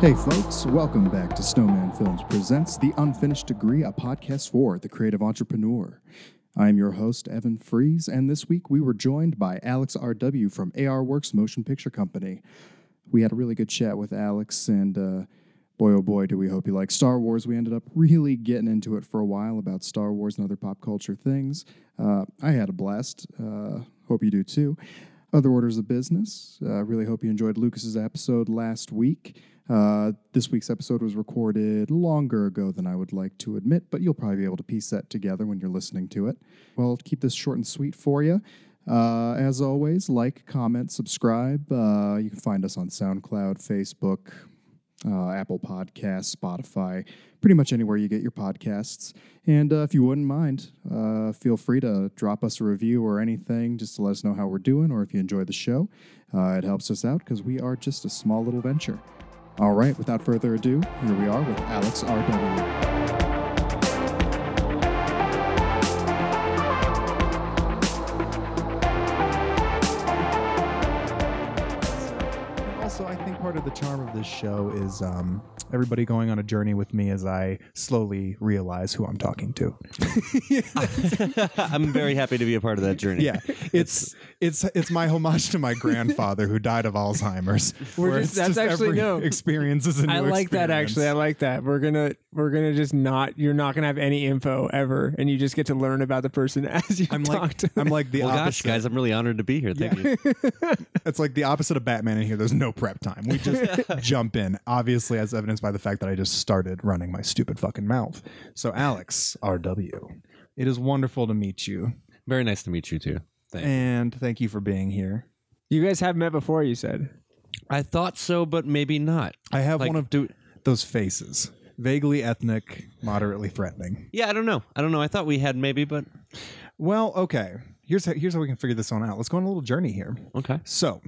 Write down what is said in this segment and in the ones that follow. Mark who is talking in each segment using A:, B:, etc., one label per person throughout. A: Hey, folks, welcome back to Snowman Films Presents The Unfinished Degree, a podcast for the creative entrepreneur. I'm your host, Evan Fries, and this week we were joined by Alex R.W. from AR Works Motion Picture Company. We had a really good chat with Alex, and uh, boy, oh boy, do we hope you like Star Wars. We ended up really getting into it for a while about Star Wars and other pop culture things. Uh, I had a blast. Uh, hope you do too. Other orders of business. Uh, really hope you enjoyed Lucas's episode last week. Uh, this week's episode was recorded longer ago than I would like to admit, but you'll probably be able to piece that together when you're listening to it. Well, to keep this short and sweet for you. Uh, as always, like, comment, subscribe. Uh, you can find us on SoundCloud, Facebook, uh, Apple Podcasts, Spotify, pretty much anywhere you get your podcasts. And uh, if you wouldn't mind, uh, feel free to drop us a review or anything just to let us know how we're doing or if you enjoy the show. Uh, it helps us out because we are just a small little venture. All right, without further ado, here we are with Alex R.W.
B: Also, I think part of the charm of this show is um, everybody going on a journey with me as I slowly realize who I'm talking to.
C: I'm very happy to be a part of that journey.
B: Yeah, it's it's it's my homage to my grandfather who died of Alzheimer's.
D: We're
B: where
D: just- that's
B: it's
D: actually
B: every
D: no.
B: experience is a new
D: I like that
B: experience.
D: actually. I like that. We're gonna we're gonna just not you're not gonna have any info ever, and you just get to learn about the person as you
B: I'm
D: talk
B: like
D: to. Them.
B: I'm like the
C: Well, gosh,
B: opposite.
C: guys, I'm really honored to be here. Thank you.
B: It's like the opposite of Batman in here. There's no prep time. We just jump in. Obviously, as evidenced by the fact that I just started running my stupid fucking mouth. So, Alex R.W., it is wonderful to meet you,
C: Very nice to meet you too. Thanks.
B: and thank you for being here.
D: You guys have met before. You said
C: I thought so, but maybe not.
B: I have
C: Like,
B: one of
C: do-
B: those faces. Vaguely ethnic, moderately threatening.
C: Yeah, I don't know. I don't know. I thought we had maybe, but
B: Well, okay. Here's how, here's how we can figure this one out. Let's go on a little journey here.
C: okay.
B: So,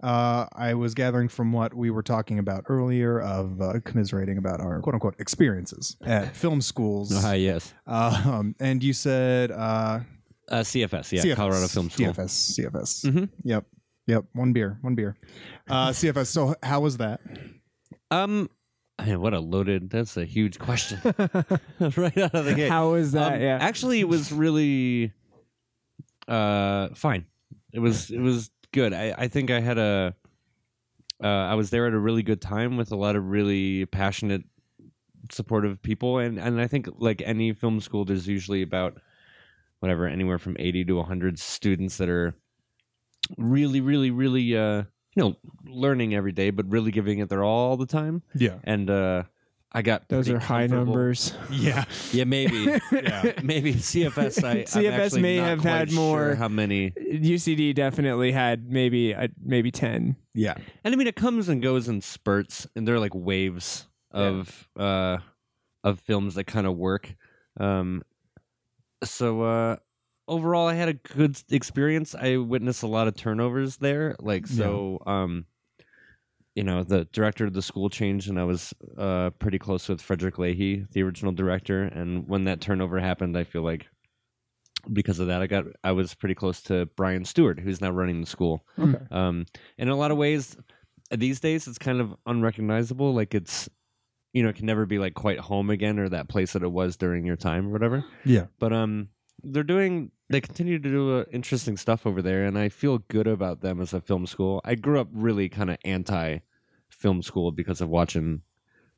B: uh, I was gathering from what we were talking about earlier of uh, commiserating about our quote unquote experiences at film schools.
C: Oh, yes.
B: Um, and you said uh,
C: Uh, CFS, yeah,
B: CFS.
C: Colorado Film School.
B: CFS. CFS.
C: Mhm.
B: Yep. Yep. One beer. One beer. Uh, CFS. So, how was that?
C: Um, man, what a loaded. That's a huge question. right out of the gate.
D: how is that?
C: Um,
D: Uh, yeah,
C: Actually, it was really uh, fine. It was it was good. I, I think I had a uh, I was there at a really good time with a lot of really passionate, supportive people, and and I think like any film school, there's usually about whatever anywhere from eighty to hundred students that are really, really, really. Uh, you know, learning every day, but really giving it their all the time.
B: Yeah.
C: And uh, I got
D: those
C: pretty
D: are high
C: comfortable-
D: numbers.
B: Yeah.
C: yeah, maybe. yeah, maybe CFS. I, I'm
D: CFS
C: actually
D: may
C: not
D: have
C: quite
D: had more-
C: sure how many?
D: UCD definitely had maybe uh, maybe ten.
B: Yeah.
C: And I mean, it comes and goes in spurts, and they're like waves of uh, of films that kind of work. Um, so uh, overall, I had a good experience. I witnessed a lot of turnovers there. Like so, um, you know, the director of the school changed, and I was uh, pretty close with Frederick Leahy, the original director. And when that turnover happened, I feel like because of that, I got I was pretty close to Brian Stewart, who's now running the school.
D: Okay.
C: Um, and in a lot of ways, these days it's kind of unrecognizable. Like it's, you know, it can never be like quite home again or that place that it was during your time or whatever.
B: Yeah.
C: But um, they're doing they continue to do uh, interesting stuff over there, and I feel good about them as a film school. I grew up really kind of anti film school because of watching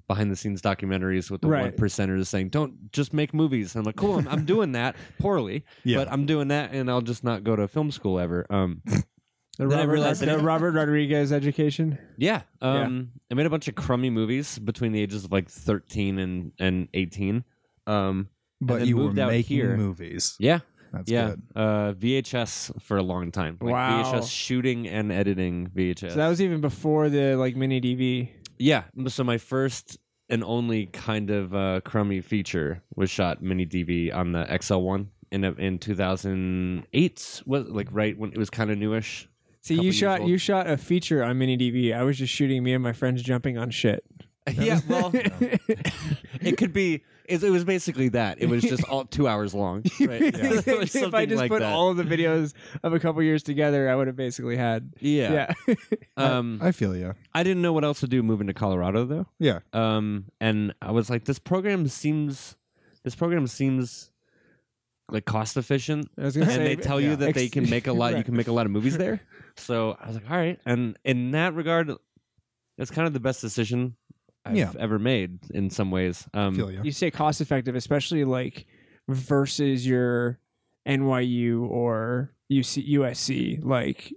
C: behind the scenes documentaries with the
D: Right.
C: one percenters saying, "Don't just make movies." And I'm like, "Cool, I'm, I'm doing that poorly,
B: Yeah.
C: but I'm doing that, and I'll just not go to film school ever." Um,
D: The
C: Then I
D: Robert,
C: realized
D: the
C: that-
D: Robert Rodriguez education.
C: yeah, um, I made a bunch of crummy movies between the ages of like 13 and and 18. Um,
B: But
C: then
B: you were
C: moved out
B: making
C: here.
B: movies.
C: yeah,
B: That's
C: yeah,
B: good.
C: uh, VHS for a long time. Like
D: Wow.
C: VHS shooting and editing VHS.
D: So that was even before the like mini DV.
C: Yeah. m- So my first and only kind of uh, crummy feature was shot mini DV on the XL1 in a, in 2008. Was like right when it was kind of newish.
D: See,
C: Couple
D: you
C: years
D: shot
C: old.
D: you shot a feature on mini DV. I was just shooting me and my friends jumping on shit.
C: yeah. Well, it could be. it, it was basically that. It was just all two hours long. Right?
B: Yeah.
C: It was
D: if I
C: something
D: just
C: like
D: put
C: that.
D: all of the videos of a couple years together, I would have basically had.
C: yeah.
D: Yeah. Uh,
C: Um,
B: I feel you.
C: I didn't know what else to do moving to Colorado though.
B: Yeah.
C: Um, and I was like, this program seems, this program seems like cost efficient,
D: I was gonna
C: and
D: say,
C: they tell
B: yeah.
C: you that they
D: Ex-
C: can make a lot. You
D: Right.
C: can make a lot of movies there. So I was like, all right. And in that regard, it's kind of the best decision I've
B: Yeah.
C: ever made in some ways.
B: I
C: Um,
B: feel you.
D: you say cost effective, especially like versus your NYU or UC, USC, like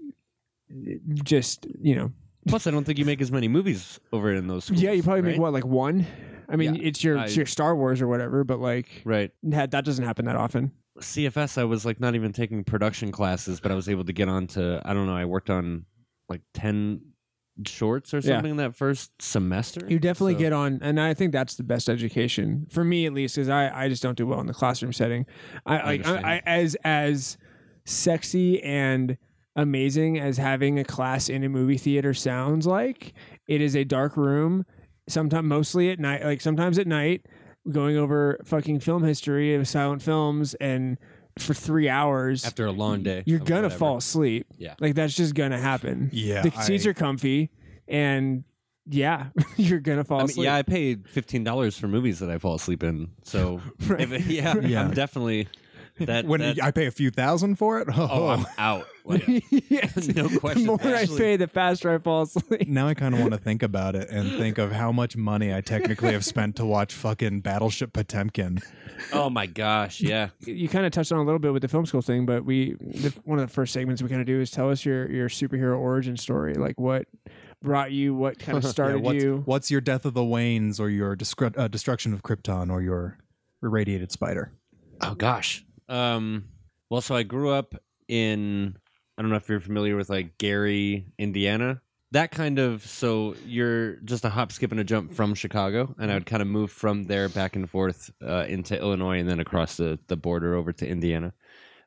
D: just you know.
C: plus, I don't think you make as many movies over in those schools.
D: Yeah, you probably make
C: right?
D: what like one. I mean, it's your it's
C: I-
D: your Star Wars or whatever, but like
C: Right.
D: that, that doesn't happen that often.
C: CFS, I was like not even taking production classes, but I was able to get on to I don't know. I worked on like ten shorts or
D: Yeah.
C: something that first semester.
D: You definitely
C: So-
D: get on, and I think that's the best education for me, at least, because I, I just don't do well in the classroom setting. I, like
C: understand.
D: I, I as as sexy and amazing as having a class in a movie theater sounds like. It is a dark room, sometimes mostly at night, like sometimes at night, going over fucking film history of silent films, and for three hours,
C: after a long day.
D: you're
C: of
D: gonna
C: whatever.
D: fall asleep.
C: Yeah.
D: like that's just gonna happen.
B: Yeah.
D: the seats are comfy, and yeah, you're gonna fall
C: I mean,
D: asleep.
C: yeah, I paid fifteen dollars for movies that I fall asleep in. So, if, yeah,
B: Yeah.
C: I'm definitely that.
B: when
C: Um, that-
B: I pay a few thousand for it. Oh,
C: oh, I'm out. Like,
D: yes.
C: no
D: The
C: question.
D: more
C: Actually,
D: I pay, the faster I fall asleep.
B: now I kind of want to think about it and think of how much money I technically have spent to watch fucking Battleship Potemkin.
C: Oh my gosh! Yeah,
D: You kind of touched on a little bit with the film school thing, but we the, one of the first segments we kind of do is tell us your your superhero origin story, like what brought you, what kind of
B: Yeah,
D: started
B: what's,
D: you.
B: what's your Death of the Waynes or your discre- uh, destruction of Krypton or your irradiated spider?
C: Oh gosh. Um well so I grew up in I don't know if you're familiar with like Gary, Indiana. That kind of so you're just a hop, skip, and a jump from Chicago, and I would kind of move from there back and forth uh, into Illinois and then across the, the border over to Indiana.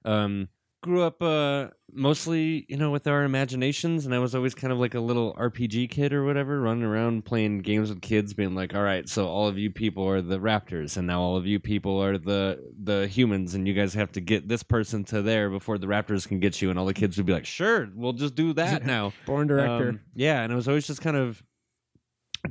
C: Um, grew up uh, mostly, you know, with our imaginations, and I was always kind of like a little RPG kid or whatever, running around playing games with kids, being like, "All right, so all of you people are the Raptors, and now all of you people are the the humans, and you guys have to get this person to there before the Raptors can get you." And all the kids would be like, "Sure, we'll just do that now."
D: Born director.
C: Um, yeah, and I was always just kind of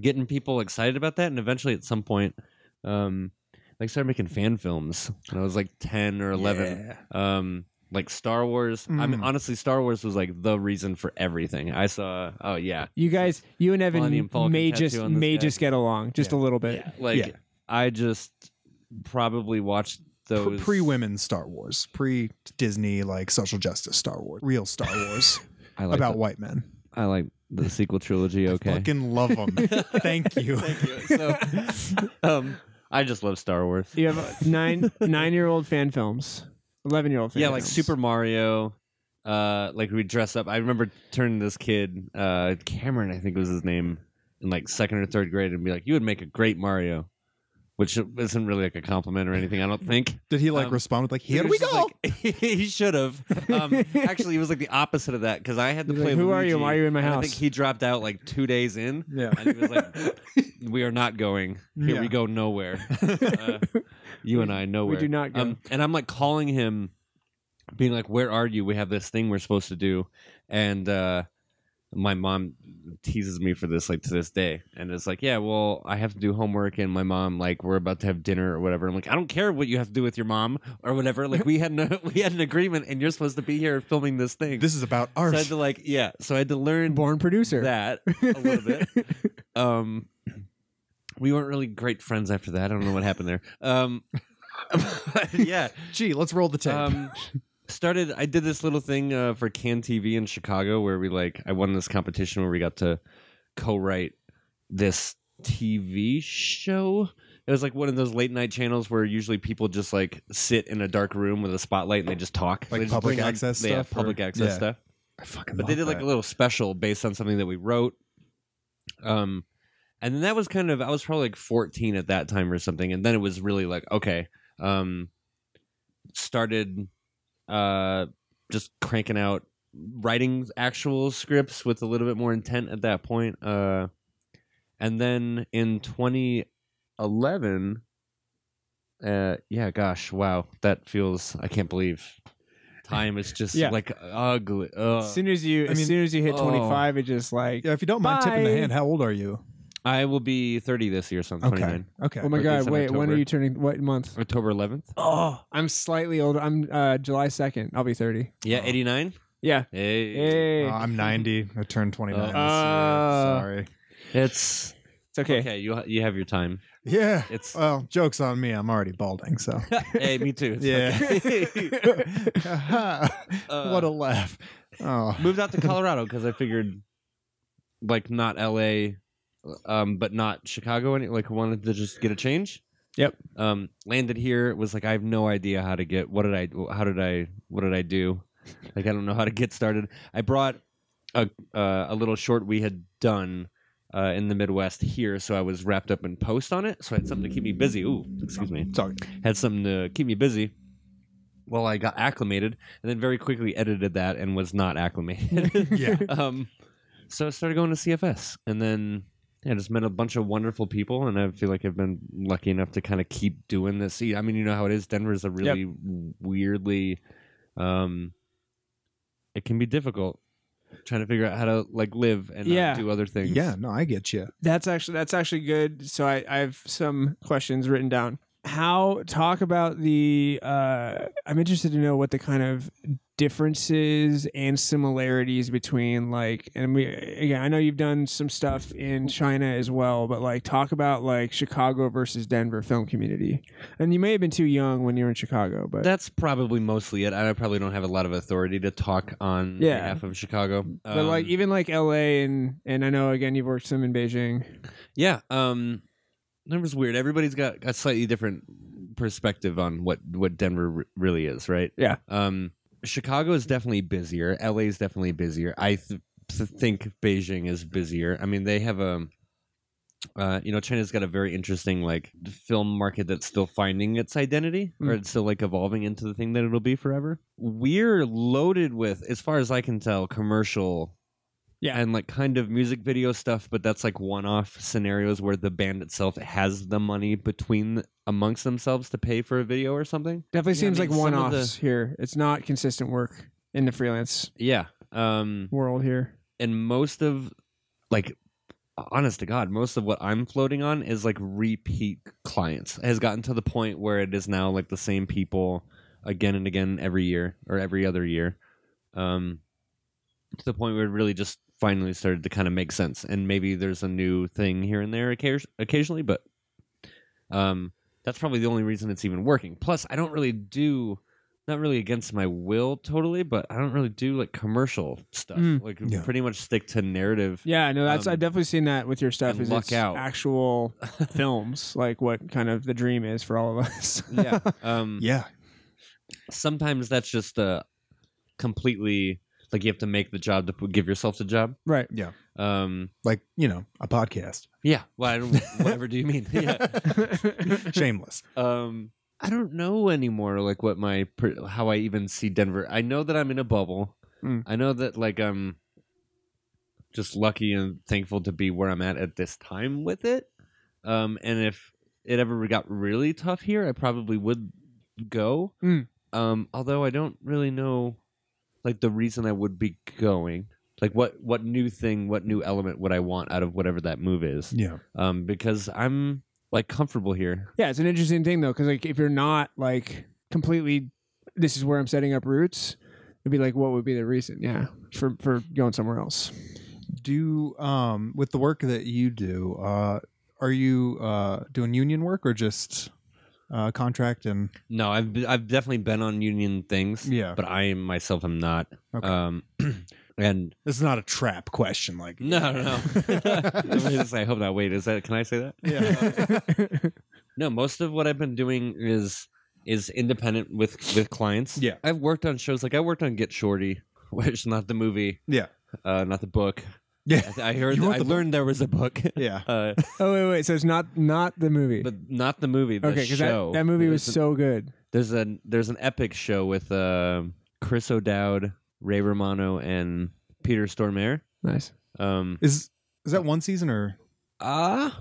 C: getting people excited about that, and eventually at some point, um, like started making fan films. And I was like ten or eleven. Um, like Star Wars. I mean,
B: Mm.
C: honestly, Star Wars was like the reason for everything. I saw. Oh yeah,
D: you guys, you and Evan
C: Millennium Falcon
D: may
C: tattoo
D: just
C: on this
D: may
C: guy.
D: just get along just a little bit.
C: like
B: Yeah.
C: I just probably watched those
B: Pre women Star Wars, pre Disney like social justice Star Wars, real Star Wars
C: I like
B: about
C: the-
B: white men.
C: I like the sequel trilogy. Okay,
B: Fucking love them. Thank you.
C: So, um, I just love Star Wars.
D: You have nine nine year old fan films, eleven year old.
C: yeah like super mario uh like we dress up i remember turning to this kid uh cameron i think was his name in like second or third grade and be like you would make a great mario which isn't really like a compliment or anything i don't think
B: Did he like
C: Um,
B: respond with like, here
C: He
B: we
C: was
B: go?
C: just like- he should have um actually he was like the opposite of that because i had to
D: He's
C: play
D: like, "Who are you?
C: Luigi,"
D: Why are you in my
C: and i
D: house?
C: think he dropped out like two days in
B: yeah.
C: and he was like we are not going here
B: Yeah.
C: we go nowhere uh, you and i nowhere
D: We do not go.
C: um, and I'm like calling him, being like, "Where are you? We have this thing we're supposed to do." And uh, my mom teases me for this like to this day, and it's like, "Yeah, well, I have to do homework," and my mom like, "We're about to have dinner or whatever." I'm like, "I don't care what you have to do with your mom or whatever. Like we had no, we had an agreement, and you're supposed to be here filming this thing."
B: This is about
C: so
B: art.
C: I had to like, yeah. So I had to learn
D: born producer.
C: that a little bit. Uh, Um, we weren't really great friends after that. I don't know what happened there. Um, but yeah.
B: Gee, let's roll the tape.
C: Um, started. I did this little thing uh, for Can TV in Chicago where we like I won this competition where we got to co-write this TV show. It was like one of those late night channels where usually people just like sit in a dark room with a spotlight and they just talk.
B: Like
C: They just
B: public
C: bring on-
B: access
C: They have
B: stuff or-
C: public access
B: Yeah.
C: stuff
B: I fucking
C: but they did like a little special based on something that we wrote um and then that was kind of i was probably like 14 at that time or something and then it was really like okay um started uh just cranking out writing actual scripts with a little bit more intent at that point uh and then in 2011 uh, yeah, gosh, wow, that feels. I can't believe time is just
D: Yeah.
C: like ugly.
D: As
C: Ugh.
D: soon as you, as
B: mean-
D: soon as you hit
C: Oh.
D: 25, it just like,
B: Yeah, if you don't mind tipping the
D: Bye.
B: hand, how old are you?
C: I will be thirty this year, so I'm twenty
B: Okay.
C: nine.
B: Okay.
D: oh my
C: Like
D: god,
C: it's in
D: wait, when are
C: October.
D: you turning? What month?
C: October eleventh.
D: Oh, I'm slightly older. I'm uh, July 2nd. I'll be 30.
C: Yeah, eighty nine.
D: Yeah.
C: Hey.
D: Hey,
B: Uh, I'm 90. I turned 29 this year.
C: Uh,
B: Sorry.
C: it's
D: it's okay.
C: okay. You ha- you have your time.
B: Yeah.
C: It's
B: Well, joke's on me. I'm already balding, so.
C: hey, me too. It's
B: Yeah.
C: okay. Uh,
B: what a laugh. Oh.
C: moved out to Colorado because I figured, like, not L.A., um, but not Chicago. Any like, wanted to just get a change.
D: Yep.
C: Um, landed here was like, I have no idea how to get. What did I? How did I? What did I do? Like, I don't know how to get started. I brought a uh, a little short we had done. Uh, in the Midwest here, so I was wrapped up in post on it, so I had something to keep me busy. Ooh, excuse me
B: Sorry.
C: had something to keep me busy while I got acclimated, and then very quickly edited that and was not acclimated.
B: Yeah.
C: um, so I started going to CFS, and then I just met a bunch of wonderful people, and I feel like I've been lucky enough to kind of keep doing this. See, I mean, you know how it is. Denver is a really weirdly, um, it can be difficult trying to figure out how to like live and not
D: Yeah.
C: do other things.
B: Yeah, no, I get you.
D: That's actually that's actually good. So I, I have some questions written down. How talk about the? Uh, I'm interested to know what the kind of differences and similarities between like and we again I know you've done some stuff in China as well, but like talk about like Chicago versus Denver film community. And you may have been too young when you were in Chicago, but
C: That's probably mostly it. I probably don't have a lot of authority to talk on
D: Yeah.
C: behalf of Chicago.
D: but like
C: Um,
D: even like L.A. and and I know again you've worked some in Beijing.
C: Yeah, um Denver's weird. Everybody's got a slightly different perspective on what what Denver re- really is, right?
D: Yeah.
C: Um Chicago is definitely busier. LA is definitely busier. I th- th- think Beijing is busier. I mean, they have a uh, you know, China's got a very interesting like film market that's still finding its identity, or
D: Mm.
C: it's still like evolving into the thing that it'll be forever. We're loaded with, as far as I can tell, commercial
D: Yeah.
C: and like kind of music video stuff, but that's like one off scenarios where the band itself has the money between amongst themselves to pay for a video or something. Yeah,
D: Definitely
C: I
D: seems
C: mean,
D: like
C: some
D: one
C: of
D: offs here. It's not consistent work in the freelance
C: Yeah. Um
D: world here.
C: and most of like honest to god, most of what I'm floating on is like repeat clients. It has gotten to the point where it is now like the same people again and again every year or every other year. Um to the point where it really just finally started to kind of make sense and maybe there's a new thing here and there occasion- occasionally but um that's probably the only reason it's even working plus i don't really do not really against my will totally but i don't really do like commercial stuff
D: Mm.
C: like
B: Yeah.
C: pretty much stick to narrative
D: Yeah, no, that's
C: Um,
D: I've definitely seen that with your stuff.
C: and
D: Is
C: luck
D: it's
C: out.
D: actual films, like what kind of the dream is for all of us.
C: yeah um
B: Yeah.
C: sometimes that's just uh completely like you have to make the job to p- give yourself the job
D: right.
C: um
B: Like, you know, a podcast.
C: yeah well I don't, whatever do you mean yeah
B: Shameless.
C: um i don't know anymore like what my per- how i even see denver i know that i'm in a bubble
D: Mm.
C: i know that like i'm just lucky and thankful to be where i'm at at this time with it um and if it ever got really tough here i probably would go
D: Mm.
C: um although i don't really know like the reason i would be going like what what new thing what new element would i want out of whatever that move is
B: Yeah.
C: um because i'm like comfortable here
D: Yeah, it's an interesting thing though, because like if you're not like completely, this is where I'm setting up roots. It'd be like, what would be the reason? Yeah, for for going somewhere else.
B: Do um with the work that you do, uh are you uh doing union work or just uh contract and
C: No, I've be- I've definitely been on union things,
B: yeah.
C: but I myself am not.
B: Okay.
C: Um, and
B: This is not a trap question like
C: no, no, no. I was gonna say, I hope not. Wait, is that? Can I say that?
B: Yeah.
C: No, most of what I've been doing is is independent with with clients.
B: Yeah.
C: I've worked on shows like I worked on Get Shorty, which not the movie.
B: Yeah.
C: uh, not the book. I,
B: yeah.
C: th- I heard.
B: You wrote
C: I
B: the book?
C: learned there was a book.
B: Yeah.
C: Uh,
D: Oh wait, wait. So it's not not the movie.
C: but not the movie. The
D: okay, because that,
C: show.
D: that movie was
C: There's a-
D: so good.
C: There's a there's an epic show with uh, Chris O'Dowd, Ray Romano, and Peter Stormare.
D: Nice.
C: Um,
B: Is is that one season or
C: Ah,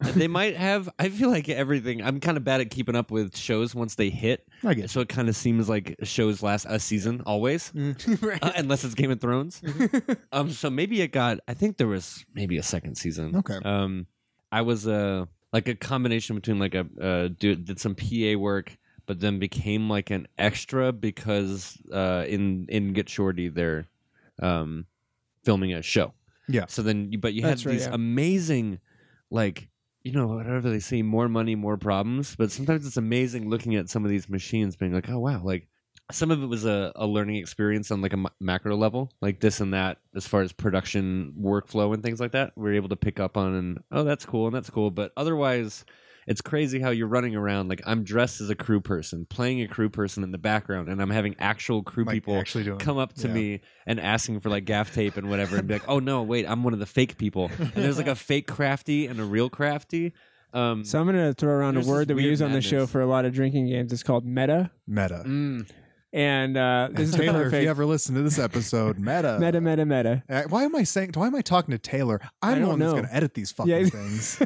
C: they might have. I feel like everything. I'm kind of bad at keeping up with shows once they hit,
B: I guess.
C: so it kind of seems like shows last a season always, uh, unless it's Game of Thrones. um, so maybe it got. I think there was maybe a second season.
B: Okay.
C: Um, I was uh like a combination between like a uh do, did some PA work, but then became like an extra because uh in in Get Shorty they're um filming a show.
B: Yeah.
C: So then, you- but you had
D: That's right,
C: these
D: yeah.
C: amazing, like you know whatever they say, more money, more problems. But sometimes it's amazing looking at some of these machines, being like, oh wow, like. Some of it was a, a learning experience on like a m- macro level, like this and that, as far as production workflow and things like that. We are able to pick up on and oh, that's cool and that's cool. But otherwise, it's crazy how you're running around like I'm dressed as a crew person, playing a crew person in the background, and I'm having actual crew
B: Like,
C: people
B: actually doing
C: come up to
B: yeah.
C: me and asking for like gaff tape and whatever, and be like, "Oh no, wait, I'm one of the fake people." And there's like a fake crafty and a real crafty. Um,
D: So I'm gonna throw around
C: There's
D: a
C: this
D: word that we
C: weird
D: use on the
C: madness.
D: show for a lot of drinking games. It's called meta,
B: Meta.
C: mm,
D: and uh, this is
B: Taylor, if
D: perfect.
B: you ever listen to this episode, meta.
D: meta, meta, meta.
B: Uh, why am I saying? Why am I talking to Taylor? I'm the
D: don't
B: one that's
D: know.
B: going to edit these fucking
D: Yeah.
B: things.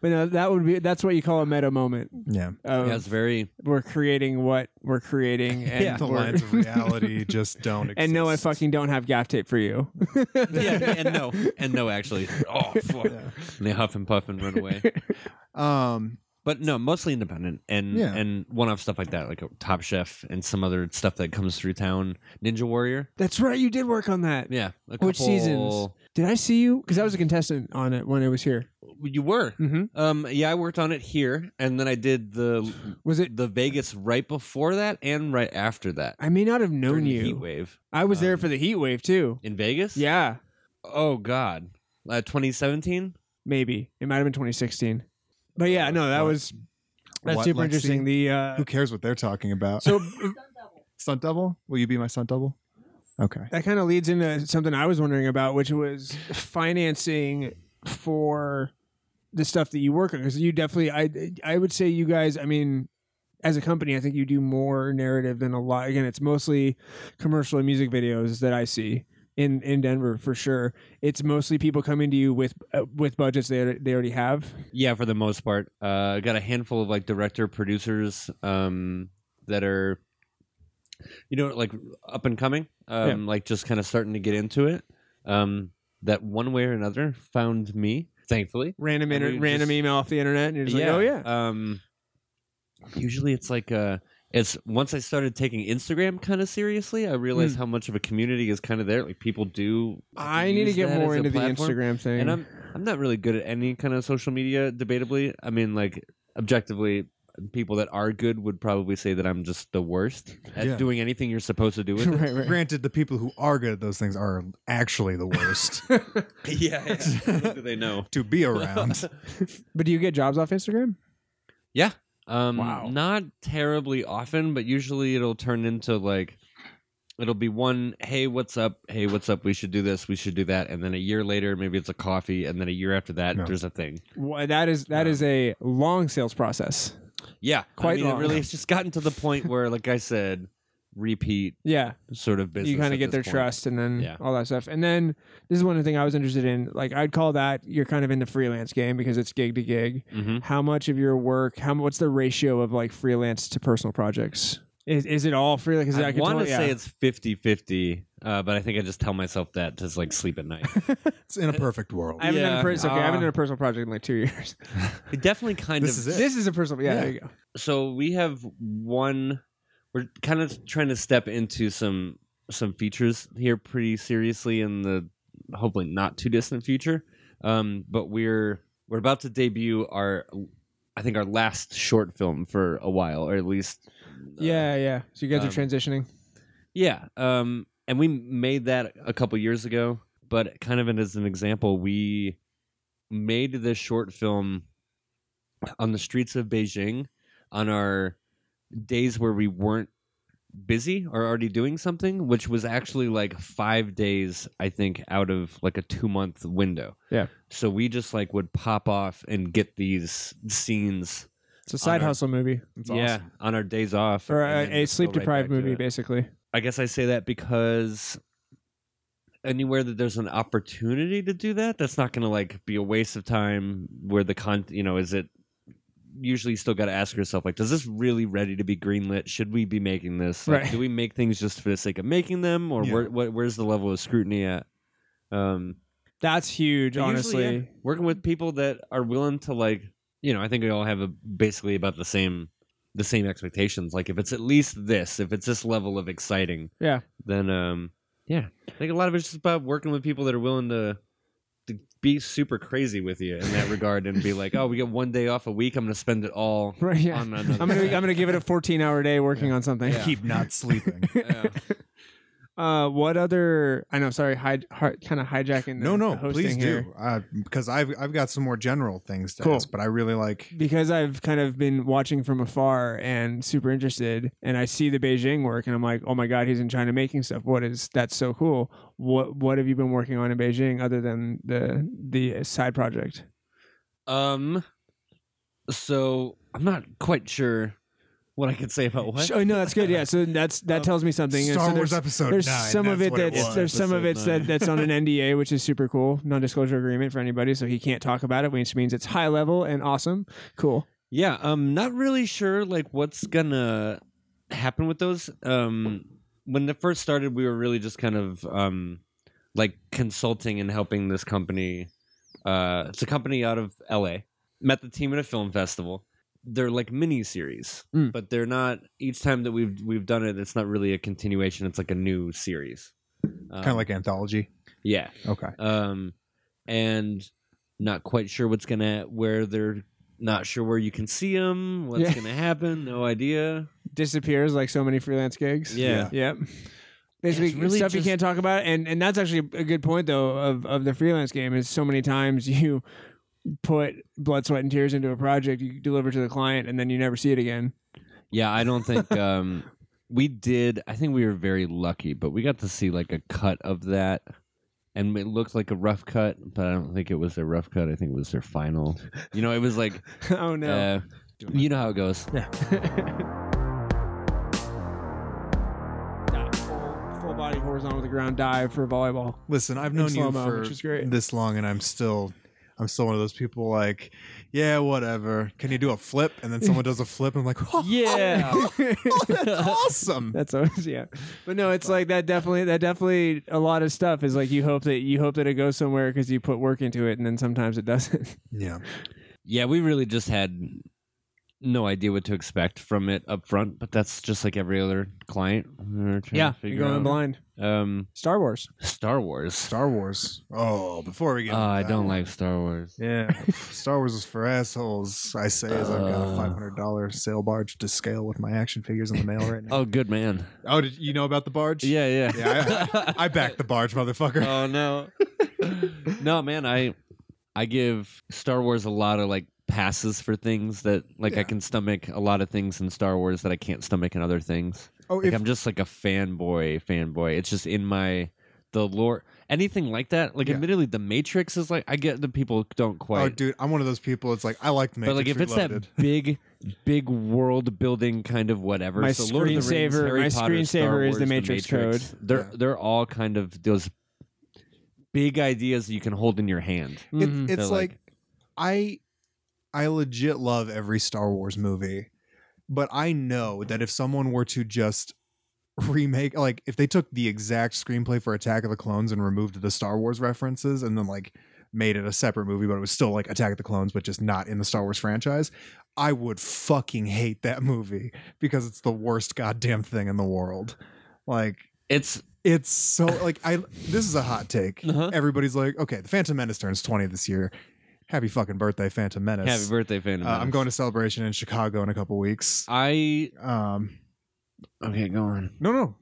D: but no, that would be that's what you call a meta moment.
B: Yeah.
D: Of
C: yeah, it's very
D: we're creating what we're creating, and
B: The
D: we're-
B: lines of reality just don't. Exist.
D: and no, I fucking don't have gaff tape for you.
C: yeah, and no, and no, actually. Oh, fuck.
B: Yeah.
C: And they huff and puff and run away.
B: Um.
C: But no, mostly independent and
B: Yeah.
C: and one off stuff like that, like Top Chef and some other stuff that comes through town. Ninja Warrior,
D: That's right. You did work on that.
C: yeah. a
D: Which seasons?
C: couple-
D: Did I see you? Because I was a contestant on it when it was here.
C: You were.
D: Mm-hmm.
C: Um, yeah, I worked on it here, and then I did the
D: Was it?
C: the Vegas right before that and right after that.
D: I may not have
C: during
D: known
C: the heat
D: you.
C: wave
D: I was there
C: Um,
D: for the heat wave too.
C: in Vegas.
D: Yeah,
C: Oh God. Uh, 2017.
D: maybe it might have been 2016. But yeah, no, that
B: What?
D: was that's
B: What,
D: super
B: Lexi?
D: interesting. The uh,
B: Who cares what they're talking about?
D: so
B: stunt double. Will you be my stunt double? Okay.
D: that kind of leads into something I was wondering about, which was financing for the stuff that you work on. Because you definitely, I, I would say you guys. I mean, as a company, I think you do more narrative than a lot. Again, it's mostly commercial and music videos that I see in in Denver for sure. It's mostly people coming to you with uh, with budgets they they already have.
C: Yeah, for the most part. Uh, I got a handful of like director producers um, that are, you know, like up and coming, um, like just kind of starting to get into it. Um, that one way or another found me, thankfully.
D: Random
C: And
D: inter-
C: we
D: random
C: just-
D: email off the internet, and you're just like, oh yeah,
C: Um, usually it's like uh, it's once I started taking Instagram kind of seriously, I realized how much of a community is kind of there. Like people do.
D: Hmm. I need to
C: use
D: get
C: that
D: more
C: as a
D: into the
C: platform.
D: Instagram thing.
C: And I'm I'm not really good at any kind of social media. Debatably, I mean, like objectively, people that are good would probably say that I'm just the worst at
B: Yeah.
C: doing anything you're supposed to do with it.
D: right, right.
B: Granted, the people who are good at those things are actually the worst
C: yeah, yeah. What do they know?
B: to be around.
D: But do you get jobs off Instagram?
C: Um,
D: Wow.
C: Not terribly often, but usually it'll turn into like, it'll be one, hey, what's up? Hey, what's up? We should do this. We should do that. And then a year later, maybe it's a coffee. And then a year after that,
B: No.
C: there's a thing.
D: Why, that is that
C: Um,
D: is a long sales process.
C: Yeah.
D: Quite
C: I mean,
D: long.
C: it really, it's just gotten to the point where, like I said, repeat
D: Yeah,
C: sort of business.
D: you kind
C: at
D: of get
C: this
D: their
C: point.
D: trust and then
C: Yeah.
D: all that stuff. And then this is one thing I was interested in. Like I'd call that you're kind of in the freelance game because it's gig to gig.
C: Mhm.
D: How much of your work? How mu- what's the ratio of like freelance to personal projects? Is is it all freelance? 'Cause
C: I,
D: can
C: want to
D: totally- yeah.
C: say it's 50 50, uh, but I think I just tell myself that to like sleep at night.
B: It's in a perfect world.
D: I haven't done
C: Yeah,
D: a per- it's okay, I haven't
C: uh,
D: done a personal project in like two years.
C: It definitely kind
B: This
C: of
B: is it.
D: This is a personal. Yeah,
B: Yeah.
D: there you go.
C: so we have one we're kind of trying to step into some some features here pretty seriously in the hopefully not too distant future um but we're we're about to debut our i think our last short film for a while or at least uh,
D: yeah, yeah. So you guys
C: um,
D: are transitioning.
C: yeah, um, and we made that a couple years ago, but kind of as an example, we made this short film on the streets of Beijing on our days where we weren't busy or already doing something, which was actually like five days, I think, out of like a two month window.
D: Yeah.
C: So we just like would pop off and get these scenes.
D: It's a side
C: our-
D: hustle movie
B: It's
C: yeah,
B: awesome.
C: on our days off,
D: or
C: and
D: a,
C: then
D: a
C: just go
D: sleep
C: right back
D: deprived
C: to
D: movie,
C: it.
D: basically.
C: I guess I say that because anywhere that there's an opportunity to do that that's not going to like be a waste of time where the con you know is it usually you still got to ask yourself like does this really ready to be greenlit should we be making this like,
D: Right.
C: do we make things just for the sake of making them or
B: Yeah.
C: where, what, where's the level of scrutiny at um
D: That's huge,
C: but
D: honestly.
C: usually, yeah, working with people that are willing to like, you know, I think we all have a, basically about the same the same expectations. Like if it's at least this, if it's this level of exciting,
D: Yeah.
C: then um, yeah, I think a lot of it's just about working with people that are willing to to be super crazy with you in that regard and be like, oh, we get one day off a week, I'm gonna spend it all
D: Right. Yeah.
C: on another.
D: I'm gonna I'm gonna give it a 14 hour day working on something.
C: Yeah.
B: Keep not sleeping.
C: Yeah.
D: Uh, what other? I know. Sorry, hi, hi, kind of hijacking. The,
B: no,
D: the
B: no,
D: hosting
B: please
D: here.
B: do. Uh, because I've I've got some more general things to
D: Cool.
B: ask, but I really like
D: because I've kind of been watching from afar and super interested, and I see the Beijing work, and I'm like, oh my god, he's in China making stuff. What is that's so cool? What What have you been working on in Beijing other than the the side project?
C: um, so I'm not quite sure what I could say about what.
D: Oh no, that's good. Yeah, so that's that tells me something. And
B: Uh, Star
D: so
B: Wars
D: there's-
B: episode
D: There's
B: nine.
D: some of
B: that's
D: it
B: what
D: that's
B: was.
D: there's some of
C: Episode
D: it's that,
C: nine.
D: that's on an NDA, which is super cool, non-disclosure agreement for anybody, so he can't talk about it, which means it's high level and awesome. Cool.
C: Yeah, I'm not really sure like what's gonna happen with those. Um when it first started we were really just kind of um like consulting and helping this company. Uh it's a company out of LA. Met the team at a film festival. They're like mini series,
D: Mm.
C: but they're not each time that we've we've done it, it's not really a continuation, it's like a new series. Um,
B: kind of like anthology.
C: Yeah
B: Okay.
C: um, and not quite sure what's gonna where they're not sure where you can see them what's
D: Yeah.
C: gonna happen no idea
D: Disappears like so many freelance gigs.
C: yeah,
D: Yep. Basically,
C: really
D: stuff you
C: just-
D: can't talk about, and and that's actually a good point though of of the freelance game is so many times you put blood, sweat, and tears into a project you deliver to the client, and then you never see it again.
C: yeah i don't think um we did i think we were very lucky but we got to see like a cut of that and it looked like a rough cut but i don't think it was their rough cut i think it was their final you know it was like
D: oh no.
C: uh, you know how it goes
D: Dive. Full- Full body horizontal to the ground dive for volleyball.
B: Listen, I've
D: In
B: known you
D: slow-mo,
B: for
D: which is great.
B: this long, and I'm still, I'm still one of those people like, yeah, whatever. Can you do a flip? And then someone does a flip, and I'm like, oh,
C: yeah
B: that's awesome.
D: That's always yeah. But no, it's like that definitely that definitely a lot of stuff is like you hope that you hope that it goes somewhere because you put work into it and then sometimes it doesn't.
B: Yeah,
C: Yeah, we really just had no idea what to expect from it up front, but that's just like every other client. We were trying to
D: you're
C: figure
D: going
C: out.
D: blind.
C: Um,
D: Star Wars.
C: Star Wars.
B: Star Wars. Oh, before we get,
D: Uh,
C: Oh, I
B: into that.
C: don't like Star Wars.
B: Yeah, Star Wars is for assholes. I say as I've got a
C: Uh.
B: five hundred dollar sail barge to scale with my action figures in the mail right now.
C: Oh, good man.
B: Oh, did you know about the barge?
C: Yeah, yeah.
B: Yeah, I backed the barge, motherfucker.
C: oh no. no, man. I I give Star Wars a lot of like passes for things that like
B: Yeah.
C: I can stomach a lot of things in Star Wars that I can't stomach in other things.
B: oh,
C: Like I'm just like a fanboy, fanboy. It's just in my the lore. Anything like that. Like
B: Yeah.
C: admittedly, the Matrix is like I get the people don't quite.
B: Oh, dude, I'm one of those people. It's like I like the
C: but
B: Matrix
C: like if it's
B: Reloaded.
C: that big, big world building kind of whatever.
D: My
C: so Lord of the Rings,
D: screensaver-
C: Harry
D: my
C: Potter,
D: screensaver
C: Star
D: is
C: Wars,
D: the Matrix
C: Code. They're
B: Yeah.
C: they're all kind of those big ideas that you can hold in your hand.
B: It-
D: Mhm.
B: it's
C: They're
B: like,
C: like-
B: I I legit love every Star Wars movie, but I know that if someone were to just remake like if they took the exact screenplay for Attack of the Clones and removed the Star Wars references and then like made it a separate movie but it was still like Attack of the Clones but just not in the Star Wars franchise, I would fucking hate that movie because it's the worst goddamn thing in the world. Like
C: It's
B: it's so like I this is a hot take.
C: Uh-huh.
B: Everybody's like, okay, the Phantom Menace turns 20 this year. Happy fucking birthday, Phantom Menace.
C: happy birthday, Phantom.
B: Uh, I'm going to celebration in Chicago in a couple weeks.
C: I
B: Um
C: okay, go on.
B: no no.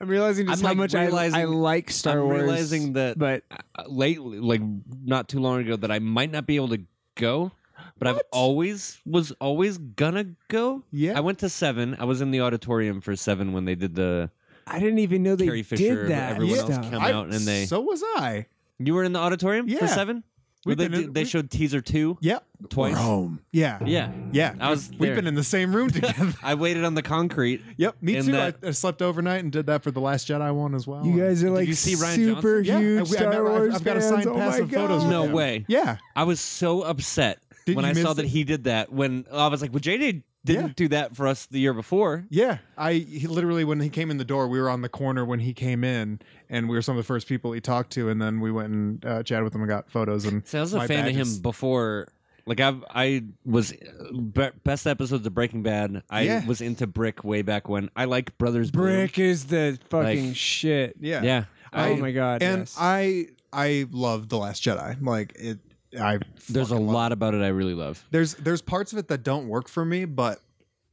D: I'm realizing just
C: I'm,
D: how
C: like,
D: much I- I,
C: realizing-
D: like Star
C: I'm
D: Wars.
C: realizing that
D: but
C: uh, lately, like not too long ago, that I might not be able to go, but I've always was always gonna go.
B: Yeah.
C: I went to seven. I was in the auditorium for seven when they did the.
D: I didn't even know they
C: Carrie Fisher,
D: did that.
C: everyone else
D: stuff.
C: came- I'm out and they-
B: So was I.
C: You were in the auditorium
B: Yeah.
C: for seven.
B: We
C: they,
B: did it-
C: did- they
B: we-
C: showed teaser two
B: Yep.
C: twice.
E: Rome.
B: Yeah.
C: Yeah,
B: Oh. Yeah.
C: I was
B: We've
C: there.
B: been in the same room together.
C: I waited on the concrete.
B: yep. Me
C: In
B: too.
C: that-
B: I, I slept overnight and did that for the Last Jedi one as well.
D: You guys are like
C: you see Ryan Johnson?
D: super
B: Yeah, I-
D: huge
B: I- I-
D: Star
B: I've-
D: Wars
B: I've got a
D: fans.
B: signed
D: oh
B: pass
D: my
B: and photos
D: God.
B: with
C: No
B: him.
C: way.
B: Yeah.
C: I was so upset
B: Did
C: when
B: you
C: I
B: miss
C: saw that
B: it?
C: he did that. When I was like, "Well, JJ didn't
B: Yeah.
C: do that for us the year before."
B: Yeah, I he literally when he came in the door, we were on the corner when he came in, and we were some of the first people he talked to, and then we went and uh, chatted with him and got photos. And
C: So I was a
B: my
C: fan of
B: badges-
C: him before. Like I've, I was uh, be- best episodes of Breaking Bad. I
B: Yeah.
C: was into Brick way back when. I like Brothers Bloom.
D: Brick is the fucking
C: Like-
D: shit.
B: Yeah,
C: Yeah,
B: I-
D: oh my god.
B: and
D: yes.
B: I I love the Last Jedi. Like it, I
C: there's a
B: fucking love
C: lot about it I really love.
B: there's there's parts of it that don't work for me, but